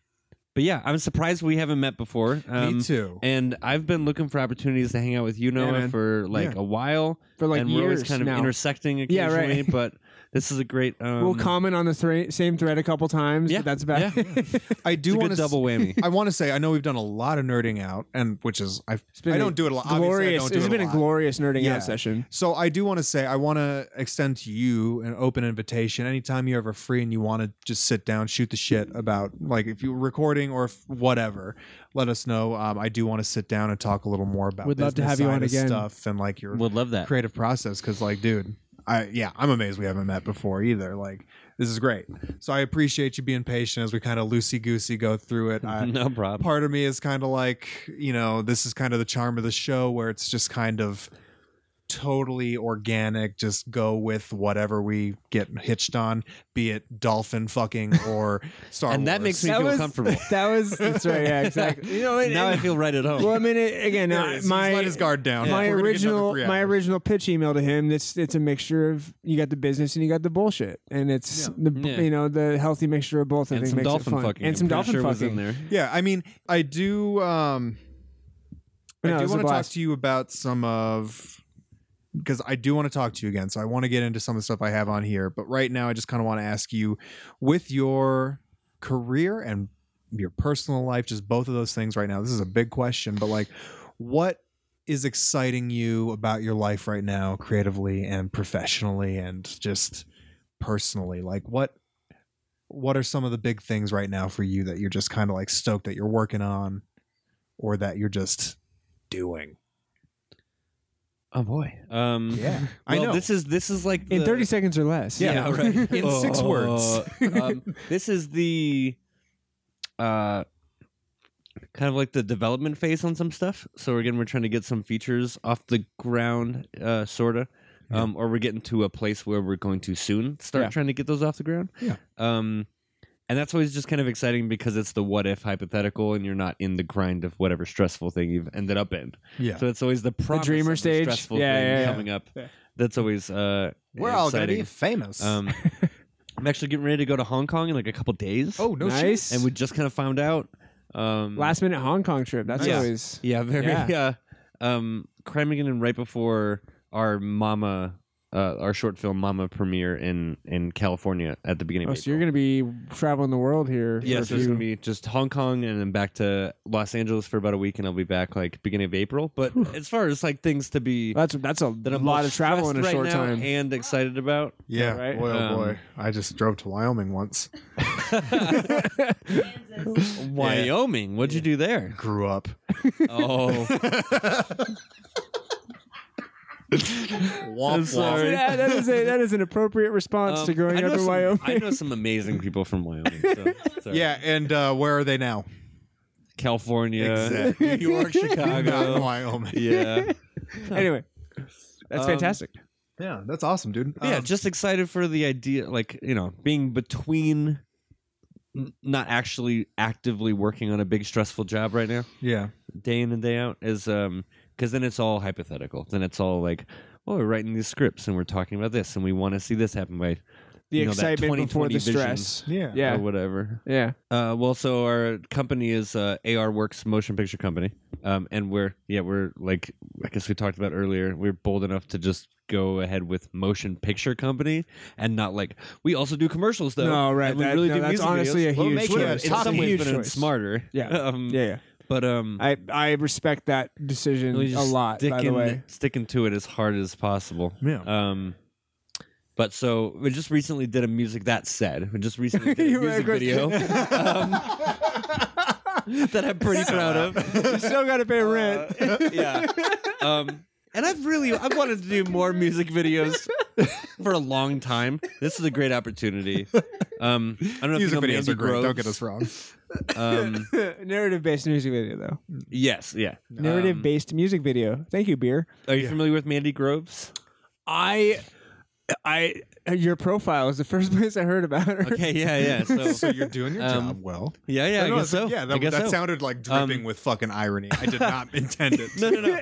C: but yeah, I'm surprised we haven't met before. Um,
B: me too.
C: And I've been looking for opportunities to hang out with you, Noah,
D: man.
C: for like
B: Yeah.
C: a while.
D: for like
C: and
D: years
C: we're always kind of
D: now.
C: intersecting
D: Yeah,
C: occasionally,
D: right.
C: but this is a great um,
D: we'll comment on the thre- same thread a couple times.
C: Yeah,
D: but that's about
C: yeah.
D: it.
B: I
C: it's
B: do
C: a
B: want
C: good
B: to
C: double whammy.
B: I want to say I know we've done a lot of nerding out, and which is I've,
D: been
B: I
D: a
B: don't do it a lot. Obviously, I
D: glorious.
B: don't
D: It's
B: do it
D: been a
B: lot.
D: glorious nerding
B: Yeah.
D: out session.
B: So I do want to say I want to extend to you an open invitation. Anytime you're ever free and you want to just sit down, shoot the shit about like if you're recording or if whatever, let us know. Um, I do want to sit down and talk a little more about.
D: We'd love to
B: business
D: have you
B: side
D: on
B: of
D: again.
B: Stuff and like your
C: Would love that.
B: creative process because like dude i yeah i'm amazed we haven't met before either like this is great so i appreciate you being patient as we kind of loosey goosey go through it I,
C: no problem.
B: part of me is kind of like you know this is kind of the charm of the show where it's just kind of totally organic just go with whatever we get hitched on be it dolphin fucking or star
C: and that
B: Wars.
C: makes me
D: That
C: feel
D: was-
C: comfortable.
D: That was that's right. Yeah, exactly. You know, and,
C: now I
D: and,
C: feel right at home.
D: well, I mean, it, again,
B: There
D: uh,
B: it is. He's
D: my
B: let his guard down
D: my
B: We're gonna get another
D: original
B: three
D: my
B: hours.
D: original pitch email to him. It's it's a mixture of you got the business and you got the bullshit, and it's the
C: Yeah.
D: you know the healthy mixture of both. I
C: and
D: think
C: some
D: makes
C: dolphin
D: it fun.
C: fucking.
D: and
C: I'm
D: some
C: pretty
D: dolphin
C: sure was in
D: fucking
C: there.
B: yeah i mean i do um
D: No,
B: I
D: it
B: do
D: was a
B: want to talk
D: blast.
B: to you about some of because I do want to talk to you again. So I want to get into some of the stuff I have on here. But right now, I just kind of want to ask you with your career and your personal life, just both of those things right now. This is a big question, but like, what is exciting you about your life right now, creatively and professionally, and just personally? Like, what what are some of the big things right now for you that you're just kind of like stoked that you're working on, or that you're just doing?
C: Oh boy. Um,
B: Yeah,
C: well,
B: I know.
C: This is this is like
D: in
C: the-
D: thirty seconds or less.
C: Yeah, right.
B: In six
C: six
B: words.
C: um, this is the uh, kind of like the development phase on some stuff. So again, we're trying to get some features off the ground, uh, sorta. Um, Or we're getting to a place where we're going to soon start
D: Yeah.
C: trying to get those off the ground.
B: Yeah.
C: Um, and that's always just kind of exciting because it's the what if hypothetical, and you're not in the grind of whatever stressful thing you've ended up in.
B: yeah.
C: So it's always the promise
D: dreamer
C: of the
D: stage?
C: stressful
D: Yeah,
C: thing
D: yeah, yeah.
C: coming up.
D: Yeah.
C: That's always uh, exciting.
B: famous.
C: Um, I'm actually getting ready to go to Hong Kong in like a couple days.
B: oh no, shit.
D: nice.
C: and we just kind of found out. Um,
D: last minute Hong Kong trip. That's
C: Yeah.
D: always
C: yeah, very
D: Yeah.
C: yeah. Um, cramming it in right before our Mama uh, our short film Mama premiere in in California at the beginning.
D: Oh,
C: of
D: so you're gonna be traveling the world here. for
C: yeah,
D: a
C: so it's gonna be
D: few-
C: just Hong Kong and then back to Los Angeles for about a week, and I'll be back like beginning of April. But as far as like things to be
D: That's that's a
C: that I'm
D: lot
C: both
D: of travel in a
C: stressed right
D: short
C: now
D: time.
C: and excited about,
B: Yeah,
D: right?
B: boy, oh
C: Um,
B: boy. I just drove to Wyoming once.
E: Kansas.
C: Wyoming. What'd you do there?
B: Grew up.
C: Oh,
B: Womp
C: sorry.
D: Yeah, that is a, that is an appropriate response to
C: um, I
D: growing
C: know
D: up in
C: some-
D: Wyoming.
C: I know some amazing people from Wyoming. So, sorry.
B: Yeah, and uh, where are they now?
C: California,
B: Exactly.
C: New York,
B: Not in
C: Chicago.
B: Wyoming.
C: yeah,
D: anyway, that's
C: Um,
D: fantastic.
B: Yeah, that's awesome, dude.
C: yeah.
B: Um,
C: Just excited for the idea, like you know, being between. n- Not actually actively working on a big stressful job right now.
B: yeah.
C: day in and day out is um because then it's all hypothetical then it's all like oh we're writing these scripts and we're talking about this and we want to see this happen by
D: The
C: you know, that
D: excitement before
C: 2020
D: the
C: vision.
D: stress.
B: Yeah.
D: Yeah.
C: or whatever
D: Yeah.
C: uh well so our company is uh ar works motion picture company um and we're yeah we're like i guess we talked about earlier we're bold enough to just go ahead with motion picture company and not like we also do commercials though
D: No, right,
C: and we
D: that-
C: really
D: no,
C: do
D: that's
C: music
D: honestly
C: videos.
D: a
C: Well,
D: huge
C: make it-
B: choice.
C: in
B: Top
C: some
B: huge
C: ways but it's
D: choice.
C: smarter
D: Yeah.
C: um
D: Yeah. yeah.
C: but um
D: I I respect that decision
C: Really
D: a
C: just
D: lot. By the
C: sticking-
D: way,
C: sticking to it as hard as possible.
B: Yeah.
C: Um, but so we just recently did a music that said we just recently did
D: You
C: a
D: were
C: music
D: great.
C: video um, that I'm pretty proud of.
D: you still got to pay rent.
C: Uh, yeah. Um, and I've really I've wanted to do more music videos for a long time. This is a great opportunity. Um, I don't know
B: Music
C: if you know
B: videos
C: Mandy
B: are great. Don't get
C: Groves.
B: us wrong.
C: Um,
D: Narrative based music video though.
C: yes, yeah.
D: Narrative
C: Um,
D: based music video. Thank you, beer.
C: Are you familiar with Mandy Groves?
D: I I your profile is the first place I heard about her.
C: Okay, yeah, yeah. So,
B: So you're doing your
C: Um,
B: job well.
C: yeah, yeah. I
B: No, no,
C: guess so.
B: Yeah, that,
C: I guess
B: that
C: so.
B: sounded like dripping
C: Um,
B: with fucking irony. I did not intend it.
C: no, no, no.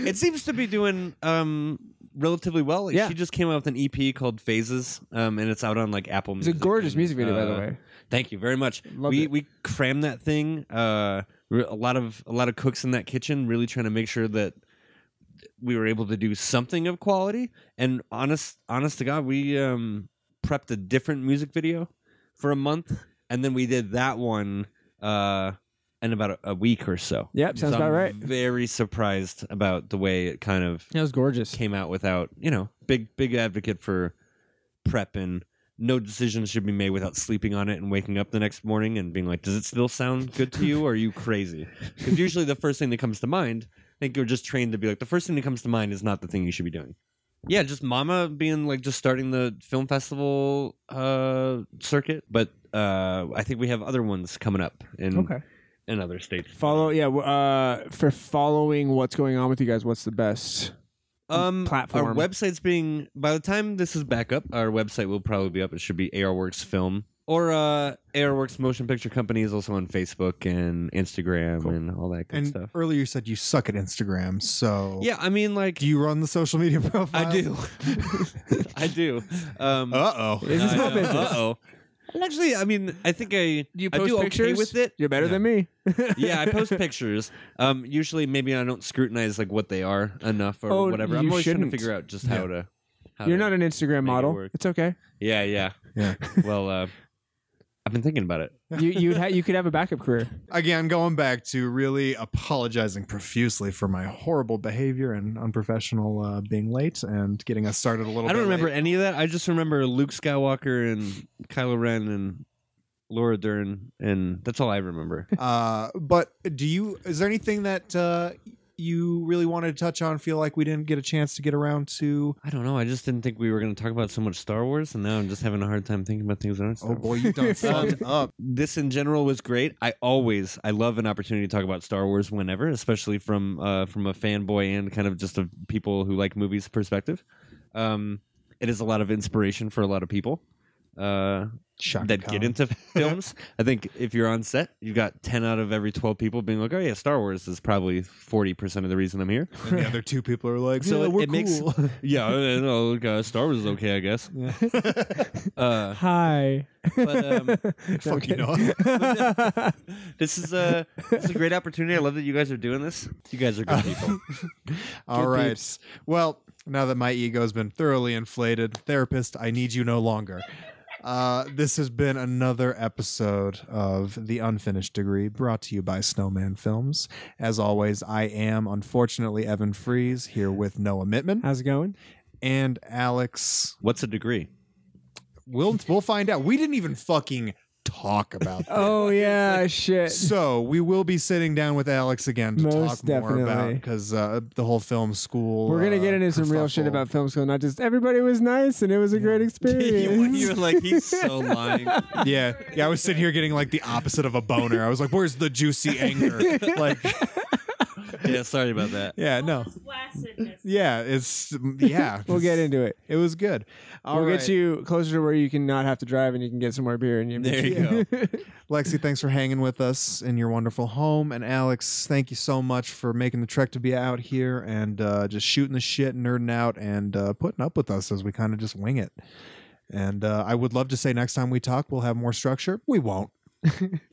C: it seems to be doing um relatively well. Like,
D: Yeah.
C: She just came out with an EP called Phases, um, and it's out on like Apple.
D: It's a
C: Music
D: gorgeous
C: and,
D: music video, by the
C: uh,
D: way.
C: Thank you very much.
D: Loved
C: we
D: it.
C: we crammed that thing. Uh, re- a lot of a lot of cooks in that kitchen, really trying to make sure that we were able to do something of quality. And honest, honest to God, we um prepped a different music video for a month, and then we did that one. Uh, in about a, a week or so.
D: Yep, sounds
C: So
D: about
C: I'm
D: right.
C: Very surprised about the way it kind of
D: That was gorgeous.
C: came out without, you know, big big advocate for prep and no decision should be made without sleeping on it and waking up the next morning and being like, does it still sound good to you or are you crazy? Because usually the first thing that comes to mind, I think you're just trained to be like, the first thing that comes to mind is not the thing you should be doing. Yeah, just Mama being like just starting the film festival uh, circuit, but uh, I think we have other ones coming up in
D: Okay.
C: in other states.
D: Follow yeah, w- uh for following what's going on with you guys, what's the best?
C: um, Our
D: Mm, platform.
C: website's being by the time this is back up, our website will probably be up. It should be ARWorks Film or uh, ARWorks Motion Picture Company is also on Facebook and Instagram and all that good
B: And
C: stuff.
B: earlier you said you suck at Instagram, so
C: Yeah, I mean, like
B: Do you run the social media profile?
C: I do, I do. Um,
B: Uh oh.
D: This is my business.
C: oh. Actually, I mean, I think I I do okay with it.
D: You're better
B: No.
D: than me.
C: yeah, I post pictures. Um, usually, maybe I don't scrutinize like what they are enough or
D: Oh,
C: whatever.
D: you
C: I'm always trying
D: shouldn't.
C: to figure out just how to. How
D: You're
C: to,
D: not an Instagram
C: make it
D: model.
C: work.
D: It's okay.
C: Yeah, yeah,
B: Yeah.
C: well, uh, I've been thinking about it.
D: You you ha- you could have a backup career.
B: Again, going back to really apologizing profusely for my horrible behavior and unprofessional uh, being late and getting us started a little
C: I don't
B: bit
C: remember
B: late.
C: any of that. I just remember Luke Skywalker and Kylo Ren and Laura Dern, and that's all I remember.
B: Uh, but do you is there anything that uh, you really wanted to touch on feel like we didn't get a chance to get around to
C: I don't know. I just didn't think we were going to talk about so much Star Wars, and now I'm just having a hard time thinking about things that aren't Star Wars.
B: Oh, you done
C: fucked Oh,
B: up
C: This in general was great. I always, I love an opportunity to talk about Star Wars whenever, especially from uh, from a fanboy and kind of just a people who like movies perspective. Um, it is a lot of inspiration for a lot of people. Uh,
B: Shaka
C: that get
B: Khan.
C: into films. I think if you're on set, you got 10 out of every 12 people being like, oh, yeah, Star Wars is probably 40% of the reason I'm here.
B: And the other two people are like,
C: So
B: so
C: it-
B: we're
C: it makes-
B: cool.
C: yeah, I know, like, uh, Star Wars is okay, I guess. Uh,
D: Hi.
C: but um,
B: Fuck you,
C: this, is a, this is a great opportunity. I love that you guys are doing this. You guys are good people.
B: All right. Well, now that my ego has been thoroughly inflated, therapist, I need you no longer. Uh, this has been another episode of The Unfinished Degree brought to you by Snowman Films. As always, I am unfortunately Evan Fries here with Noah Mittman
D: How's it going?
B: and Alex.
C: What's a degree?
B: We'll, we'll find out. We didn't even fucking talk about that.
D: Oh yeah, shit.
B: So we will be sitting down with Alex again to
D: Most
B: talk more about
D: definitely.
B: because uh, the whole film school.
D: We're gonna
B: uh,
D: get into some real shit
B: kerfuffle.
D: about film school, not just everybody was nice and it was a great experience.
C: You're like, he's so lying.
B: Yeah, yeah. I was sitting here getting like the opposite of a boner. I was like, "Where's the juicy anger?" Like,
C: Yeah, sorry about that.
B: yeah,
E: All
B: no,
E: this Blastedness.
B: yeah. It's yeah.
D: we'll get into it.
B: It was good. All
D: we'll
B: right.
D: get you closer to where you can not have to drive and you can get some more beer and you
C: There you
D: go.
B: Lexi. Thanks for hanging with us in your wonderful home, and Alex, thank you so much for making the trek to be out here and uh, just shooting the shit, nerding out, and uh, putting up with us as we kind of just wing it. And uh, I would love to say next time we talk, we'll have more structure. We won't.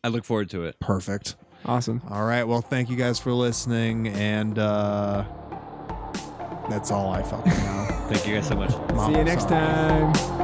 C: I look forward to it.
B: Perfect.
D: awesome.
B: All right. Well, thank you guys for listening, and uh, that's all I fucking know.
C: Thank you guys so much.
D: See you next time.